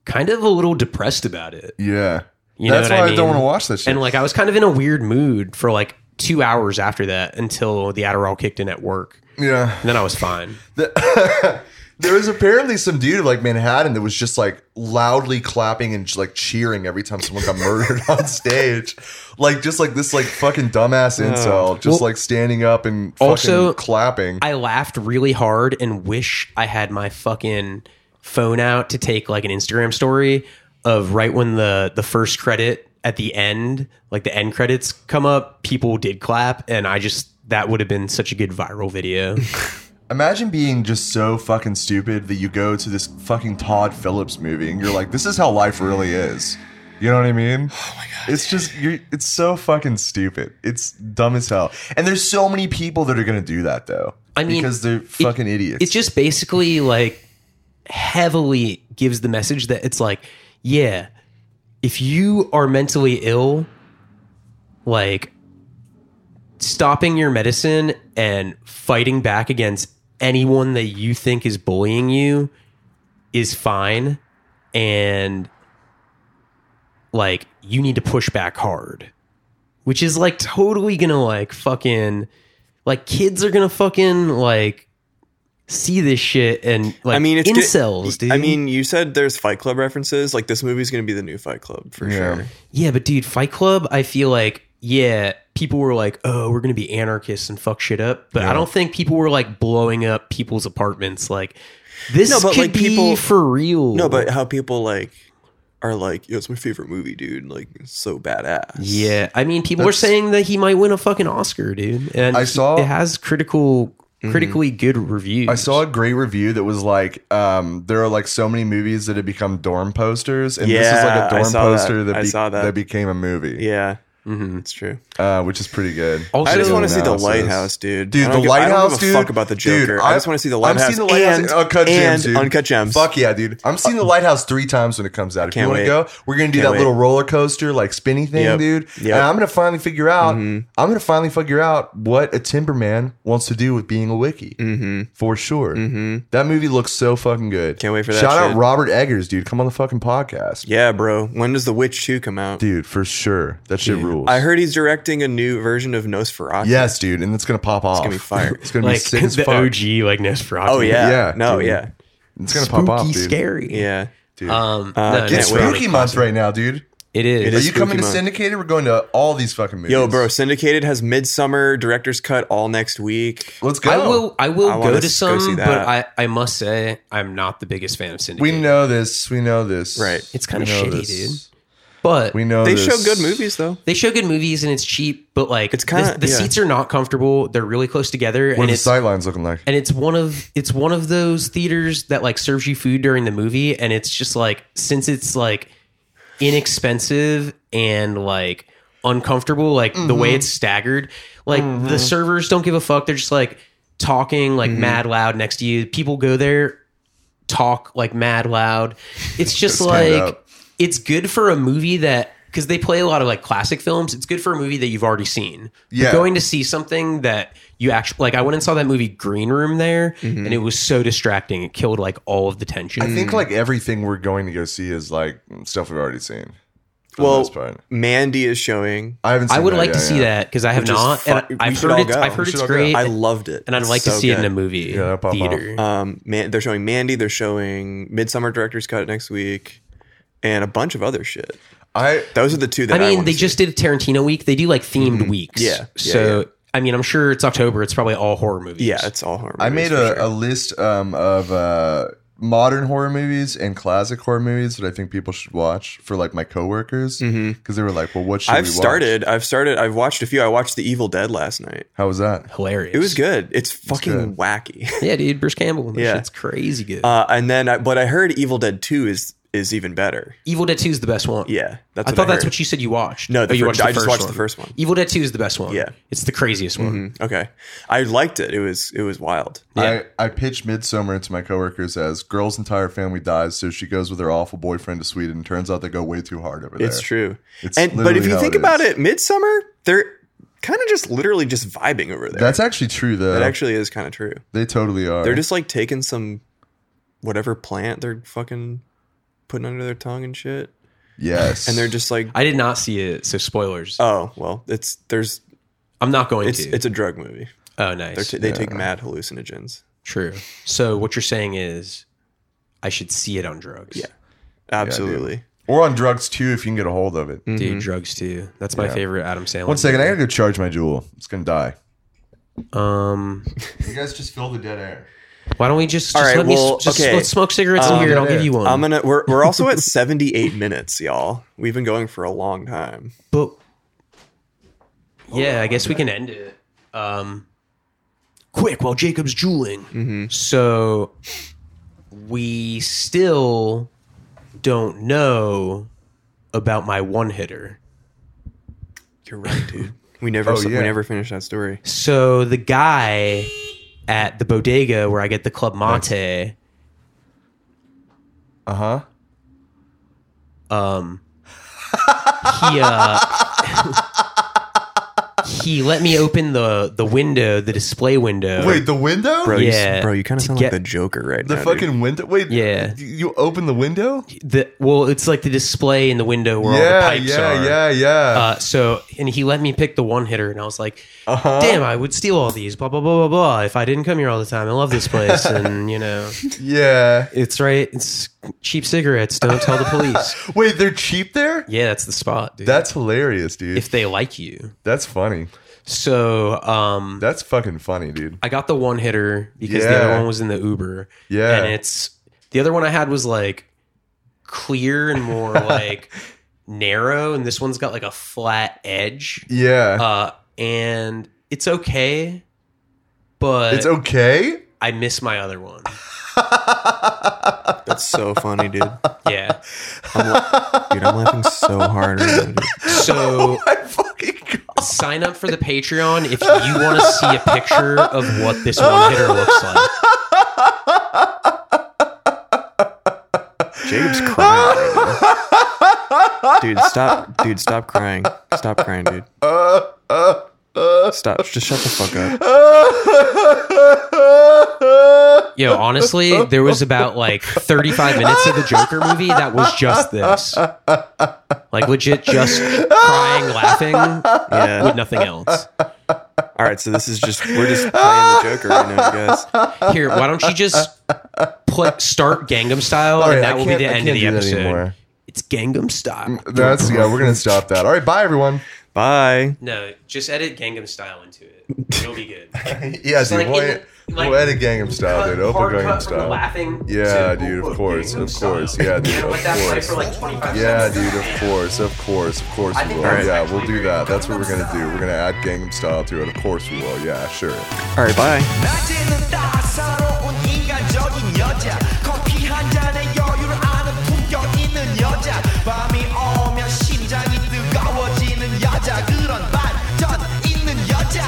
S2: kind of a little depressed about it.
S1: yeah,
S2: You
S1: that's
S2: know
S1: why I,
S2: what I, mean?
S1: don't want to watch that shit.
S2: And like I was kind of in a weird mood for like 2 hours after that until the Adderall kicked in at work.
S1: yeah,
S2: And then I was fine.
S1: there was apparently some dude of like Manhattan that was just like loudly clapping and like cheering every time someone got murdered on stage, like just like this like fucking dumbass incel just like standing up and fucking
S2: Also-
S1: clapping.
S2: I laughed really hard and wish I had my fucking phone out to take like an Instagram story of right when the the first credit at the end, like the end credits come up, people did clap and I just that would have been such a good viral video.
S1: Imagine being just so fucking stupid that you go to this fucking Todd Phillips movie and you're like, this is how life really is. You know what I mean? Oh my god. It's just you're it's so fucking stupid. It's dumb as hell. And there's so many people that are gonna do that though.
S2: I mean,
S1: because they're fucking idiots.
S2: it's just basically like heavily gives the message that it's like, yeah, if you are mentally ill, like stopping your medicine and fighting back against anyone that you think is bullying you is fine. And like, you need to push back hard, which is like totally gonna like fucking, like, kids are gonna fucking like see this shit and like
S3: I mean, it's
S2: incels,
S3: good.
S2: dude.
S3: I mean, you said there's Fight Club references. Like this movie's gonna be the new Fight Club for
S1: Yeah.
S3: sure.
S2: Yeah, but dude, Fight Club, I feel like, yeah, people were like, oh, we're going to be anarchists and fuck shit up. But I don't think people were like blowing up people's apartments. Like, this
S3: No, but,
S2: could
S3: like,
S2: be
S3: people-
S2: for real.
S3: No, but how people like are like, yo, it's my favorite movie, dude. Like it's so badass.
S2: Yeah, I mean, people were
S1: That's-
S2: saying that he might win a fucking Oscar, dude. And
S1: I
S2: he-
S1: saw- Mm-hmm.
S2: it has critical, critically good reviews.
S1: I saw a great review that was like, um, there are like so many movies that have become dorm posters, and this is
S3: Yeah,
S1: like
S3: I
S1: a dorm
S3: saw that.
S1: poster that
S3: I
S1: be-
S3: saw that.
S1: became a movie,
S3: Yeah. It's true.
S1: uh, which is pretty good.
S2: Also-
S3: I just
S2: Video
S3: want to see the
S1: analysis.
S3: lighthouse, dude. I
S1: Dude, the
S3: don't give-
S1: lighthouse.
S3: I don't give a
S1: dude,
S3: fuck about the Joker.
S1: Dude,
S3: I, just want to see the lighthouse.
S1: I'm seeing the lighthouse
S3: and,
S1: and uncut gems,
S3: and
S1: dude.
S3: uncut gems.
S1: Fuck yeah, dude! I'm seeing the lighthouse three times when it comes out. If
S3: Can't
S1: you want
S3: wait.
S1: to go, we're gonna do
S3: Can't
S1: that
S3: wait.
S1: little roller coaster like spinny thing,
S3: Yep.
S1: dude.
S3: Yep. Mm-hmm.
S1: And I'm gonna finally figure out. I'm gonna finally figure out what a Timberman wants to do with being a wiki for sure. That movie looks so fucking good.
S3: Mm-hmm. Can't wait for that
S1: Shout
S3: shit.
S1: out Robert Eggers, dude. Come on the fucking podcast,
S3: Yeah, bro. When does The Witch 2 come out?
S1: dude. For sure, that shit rules.
S3: I heard he's directing a new version of Nosferatu.
S1: Yes, dude, and it's gonna pop off.
S3: gonna be fire.
S1: it's gonna be
S2: like
S1: sick as
S2: the
S1: fuck.
S2: OG, like Nesferatu.
S3: Oh yeah.
S1: Yeah,
S3: No,
S1: dude.
S3: yeah.
S1: It's gonna
S2: Spooky,
S1: pop off, dude.
S2: scary.
S3: Yeah.
S1: Dude.
S2: Um,
S3: Uh,
S2: no,
S3: can't
S1: it's
S2: Nesferatu.
S3: wait.
S1: spooky month right now, dude.
S2: It is.
S3: It
S1: Are
S3: is
S1: you coming
S3: spooky
S1: to
S3: month.
S1: syndicated? We're going to all these fucking movies.
S3: Yo, bro, Syndicated has Midsummer, Director's Cut all next week.
S1: let's go.
S2: I will. I will
S3: I wanna
S2: go
S3: s- go
S2: to some,
S3: see
S2: but
S3: that.
S2: I, I must say I'm not the biggest fan of Syndicate.
S1: we know this. We know this.
S3: Right.
S2: It's kinda
S1: We know
S2: shitty, dude. but
S1: We know
S3: They
S1: this.
S3: show good movies though.
S2: they show good movies and it's cheap, but like
S3: It's kinda-
S2: the, the
S3: yeah.
S2: seats are not comfortable. They're really close together,
S1: What are
S2: and
S1: the
S2: it's
S1: sidelines looking like?
S2: and it's one of it's one of those theaters that like serves you food during the movie, and it's just like since it's like inexpensive and like uncomfortable, like the
S1: Mm-hmm.
S2: way it's staggered, like the servers don't give a fuck. They're just like talking
S1: Mm-hmm.
S2: like mad loud next to you. People go there talk like mad loud. It's just
S1: Stand
S2: like
S1: up.
S2: it's good for a movie that because they play a lot of like classic films. It's good for a movie that you've already seen. But
S1: Yeah.
S2: going to see something that you actually like. I went and saw that movie Green Room there,
S3: Mm-hmm.
S2: and it was so distracting. It killed like all of the tension.
S1: I think like everything we're going to go see is like stuff we've already seen. for the
S3: Well,
S1: most part.
S3: Mandy is showing.
S1: I haven't. Seen
S2: I would
S1: that
S2: like
S1: yet,
S2: to see
S1: yeah.
S2: that because I have
S3: Which is
S2: not.
S3: fu-
S2: and
S3: we
S2: I, I've
S3: should
S2: heard
S3: all
S2: it's.
S3: go.
S2: I've heard
S1: We should
S2: it's
S1: all go.
S2: great,
S3: I loved it.
S2: and I'd
S3: It's
S2: like to
S3: so
S2: see it in
S3: good.
S2: a movie
S1: Yeah, that'll pop off.
S2: theater.
S3: Um, man, they're showing Mandy. They're showing Midsummer Director's Cut next week, and a bunch of other shit.
S1: I
S3: Those are the two
S2: I
S3: that I,
S2: mean,
S3: wanna
S2: they
S3: see. Mm-hmm.
S2: just did a Tarantino week. They do like themed weeks.
S3: Yeah, yeah,
S2: So
S3: yeah.
S2: I mean, I'm sure it's October. It's probably all horror movies.
S3: yeah, it's all horror.
S1: I
S3: movies
S1: made
S3: for
S1: a,
S3: sure.
S1: a list um, of uh, modern horror movies and classic horror movies that I think people should watch for like my coworkers because they were like, "Well, what should
S3: Mm-hmm. I've
S1: we watch?"
S3: started. I've started. I've watched a few. I watched The Evil Dead last night.
S1: How was that?
S2: hilarious.
S3: It was good. It's fucking
S1: good.
S3: wacky.
S2: Yeah, dude, Bruce Campbell. That
S3: Yeah.
S2: shit's crazy good.
S3: Uh, and then, I, but I heard Evil Dead Two is is even better.
S2: Evil Dead Two is the best one.
S3: Yeah, that's
S2: I
S3: what
S2: thought
S3: I
S2: that's
S3: heard.
S2: what you said you watched.
S3: No, the
S2: But you
S3: fir-
S2: watched the
S3: I just
S2: first
S3: watched the
S2: one.
S3: first one.
S2: Evil Dead Two is the best one.
S3: Yeah. Mm-hmm.
S2: it's the craziest one.
S3: Okay, I liked it. It was it was wild.
S1: I, I pitched Midsummer to my coworkers as girl's entire family dies, so she goes with her awful boyfriend to Sweden. Turns out they go way too hard over there.
S3: It's true.
S1: It's
S3: and but
S1: literally
S3: if you
S1: how
S3: think
S1: it
S3: about
S1: is.
S3: it, Midsummer, they're kind of just literally just vibing over there.
S1: That's actually true, though.
S3: that actually is kind of true.
S1: they totally are.
S3: They're just like taking some whatever plant they're fucking putting under their tongue and shit,
S1: yes,
S3: and they're just like,
S2: I did not see it, so spoilers.
S3: oh well, it's there's
S2: I'm not going
S3: it's
S2: to.
S3: it's a drug movie.
S2: oh,
S3: They're
S2: nice.
S3: t- they take mad hallucinogens.
S2: True. So what you're saying is, I should see it on drugs.
S3: Yeah. Absolutely.
S1: or on drugs too if you can get a hold of it.
S3: Mm.
S2: dude, drugs too. That's my favorite Adam Sandler.
S1: Mm-hmm. One second, I gotta go charge my jewel. It's gonna die.
S2: Um,
S1: You guys just fill the dead air.
S2: why don't we just, just
S3: All right,
S2: let me
S3: well,
S2: s- just
S3: okay. um,
S2: let's smoke cigarettes in here, and I'll give you one.
S3: I'm gonna. We're, we're also at 78 minutes, y'all. We've been going for a long time.
S2: But yeah, I guess we can end it. Um, quick, while Jacob's jeweling.
S3: Mm-hmm.
S2: So we still don't know about my one hitter.
S3: You're right, dude. We never.
S1: Oh,
S3: s-
S1: yeah.
S3: We never finished that story.
S2: So the guy at the bodega where I get the club mate.
S1: Uh huh.
S2: um he uh he let me open the the window, the display window.
S1: Wait, the window?
S3: bro. you s-
S2: Yeah.
S3: bro, you kind of
S2: To
S3: sound
S2: get-
S3: like the Joker right
S1: the
S3: now. dude.
S1: fucking window? Wait,
S2: Yeah.
S1: You you open the window?
S2: the well, it's like the display in the window where all the
S1: yeah,
S2: pipes
S1: yeah,
S2: are.
S1: yeah, yeah.
S2: Uh, so and he let me pick the one hitter, and I was like,
S1: Uh-huh.
S2: "Damn, I would steal all these." Blah blah blah blah blah. If I didn't come here all the time, I love this place, and you know,
S1: yeah.
S2: it's right. It's cheap cigarettes. Don't tell the police.
S1: Wait, they're cheap there?
S2: Yeah, that's the spot, dude.
S1: That's hilarious, dude.
S2: if they like you.
S1: That's funny.
S2: So um,
S1: That's fucking funny, dude.
S2: I got the one hitter because the
S1: Yeah.
S2: other one was in the Uber.
S1: Yeah.
S2: And it's the other one I had was like clear and more like narrow, and this one's got like a flat edge.
S1: Yeah.
S2: Uh, and it's okay, but
S1: it's okay?
S2: I miss my other one.
S3: That's so funny, dude.
S2: Yeah.
S3: Dude, I'm laughing so hard. Right now, dude.
S2: So
S1: I fucking God.
S2: sign up for the Patreon if you want to see a picture of what this one hitter looks like.
S3: Jacob's crying. right now. dude, stop. Dude, stop crying. Stop crying, dude. Stop. Just shut the fuck up.
S2: Yo, honestly, there was about like 35 minutes of the Joker movie that was just this. Like legit just crying, laughing
S3: Yeah.
S2: with nothing else.
S3: All right. So this is just we're just playing the Joker right now, you guys.
S2: Here, why don't you just put start Gangnam Style
S1: All right,
S2: and that
S1: I
S2: will be
S1: can't-
S2: the
S1: I
S2: end
S1: can't
S2: of the
S1: do that
S2: episode.
S1: anymore.
S2: It's Gangnam Style.
S1: That's yeah, we're gonna stop that. All right, bye everyone.
S3: Bye.
S2: No, just edit Gangnam Style into it. It'll be good.
S1: Yeah,
S2: It's
S1: dude.
S2: like
S1: we'll,
S2: in- like-
S1: we'll edit Gangnam Style, dude. Open Gangnam Style.
S2: laughing.
S1: Yeah, to- dude, of oh, course, Gangnam of course. Style. Yeah, dude, You know, of let that play course. for, like, Yeah, dude. Of course, of course, of course we will.
S3: that's
S1: Yeah, we'll do that. That's what we're gonna do. We're gonna add Gangnam Style to it. Of course we will. Yeah, sure.
S3: All right. Bye.
S8: 낮에는 따사로운 인간적인 여자 커피 한 잔에 여유를 아는 품격 있는 여자 밤이 오면 심장이 뜨거워지는 여자 그런 반전 있는 여자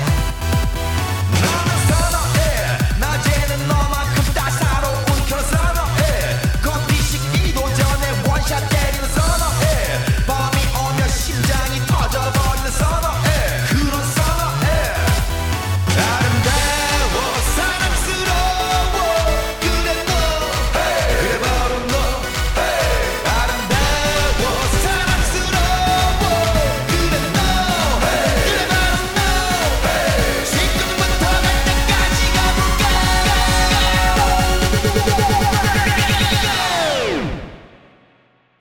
S8: 나는 선호해 낮에는 너만큼 따사로운 그런 선호해 커피 식기도 전에 원샷 때리는 선호해 밤이 오면 심장이 터져버리는 선호해 그런 선호해 아름다워 사랑스러워 그래 너 그래 바로 너 아름다워 사랑스러워 그래 너 그래 바로 너 지금부터 갈 때까지 가볼까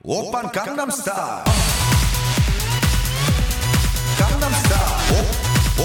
S8: 오빤 강남스타일 강남스타일 오, 오,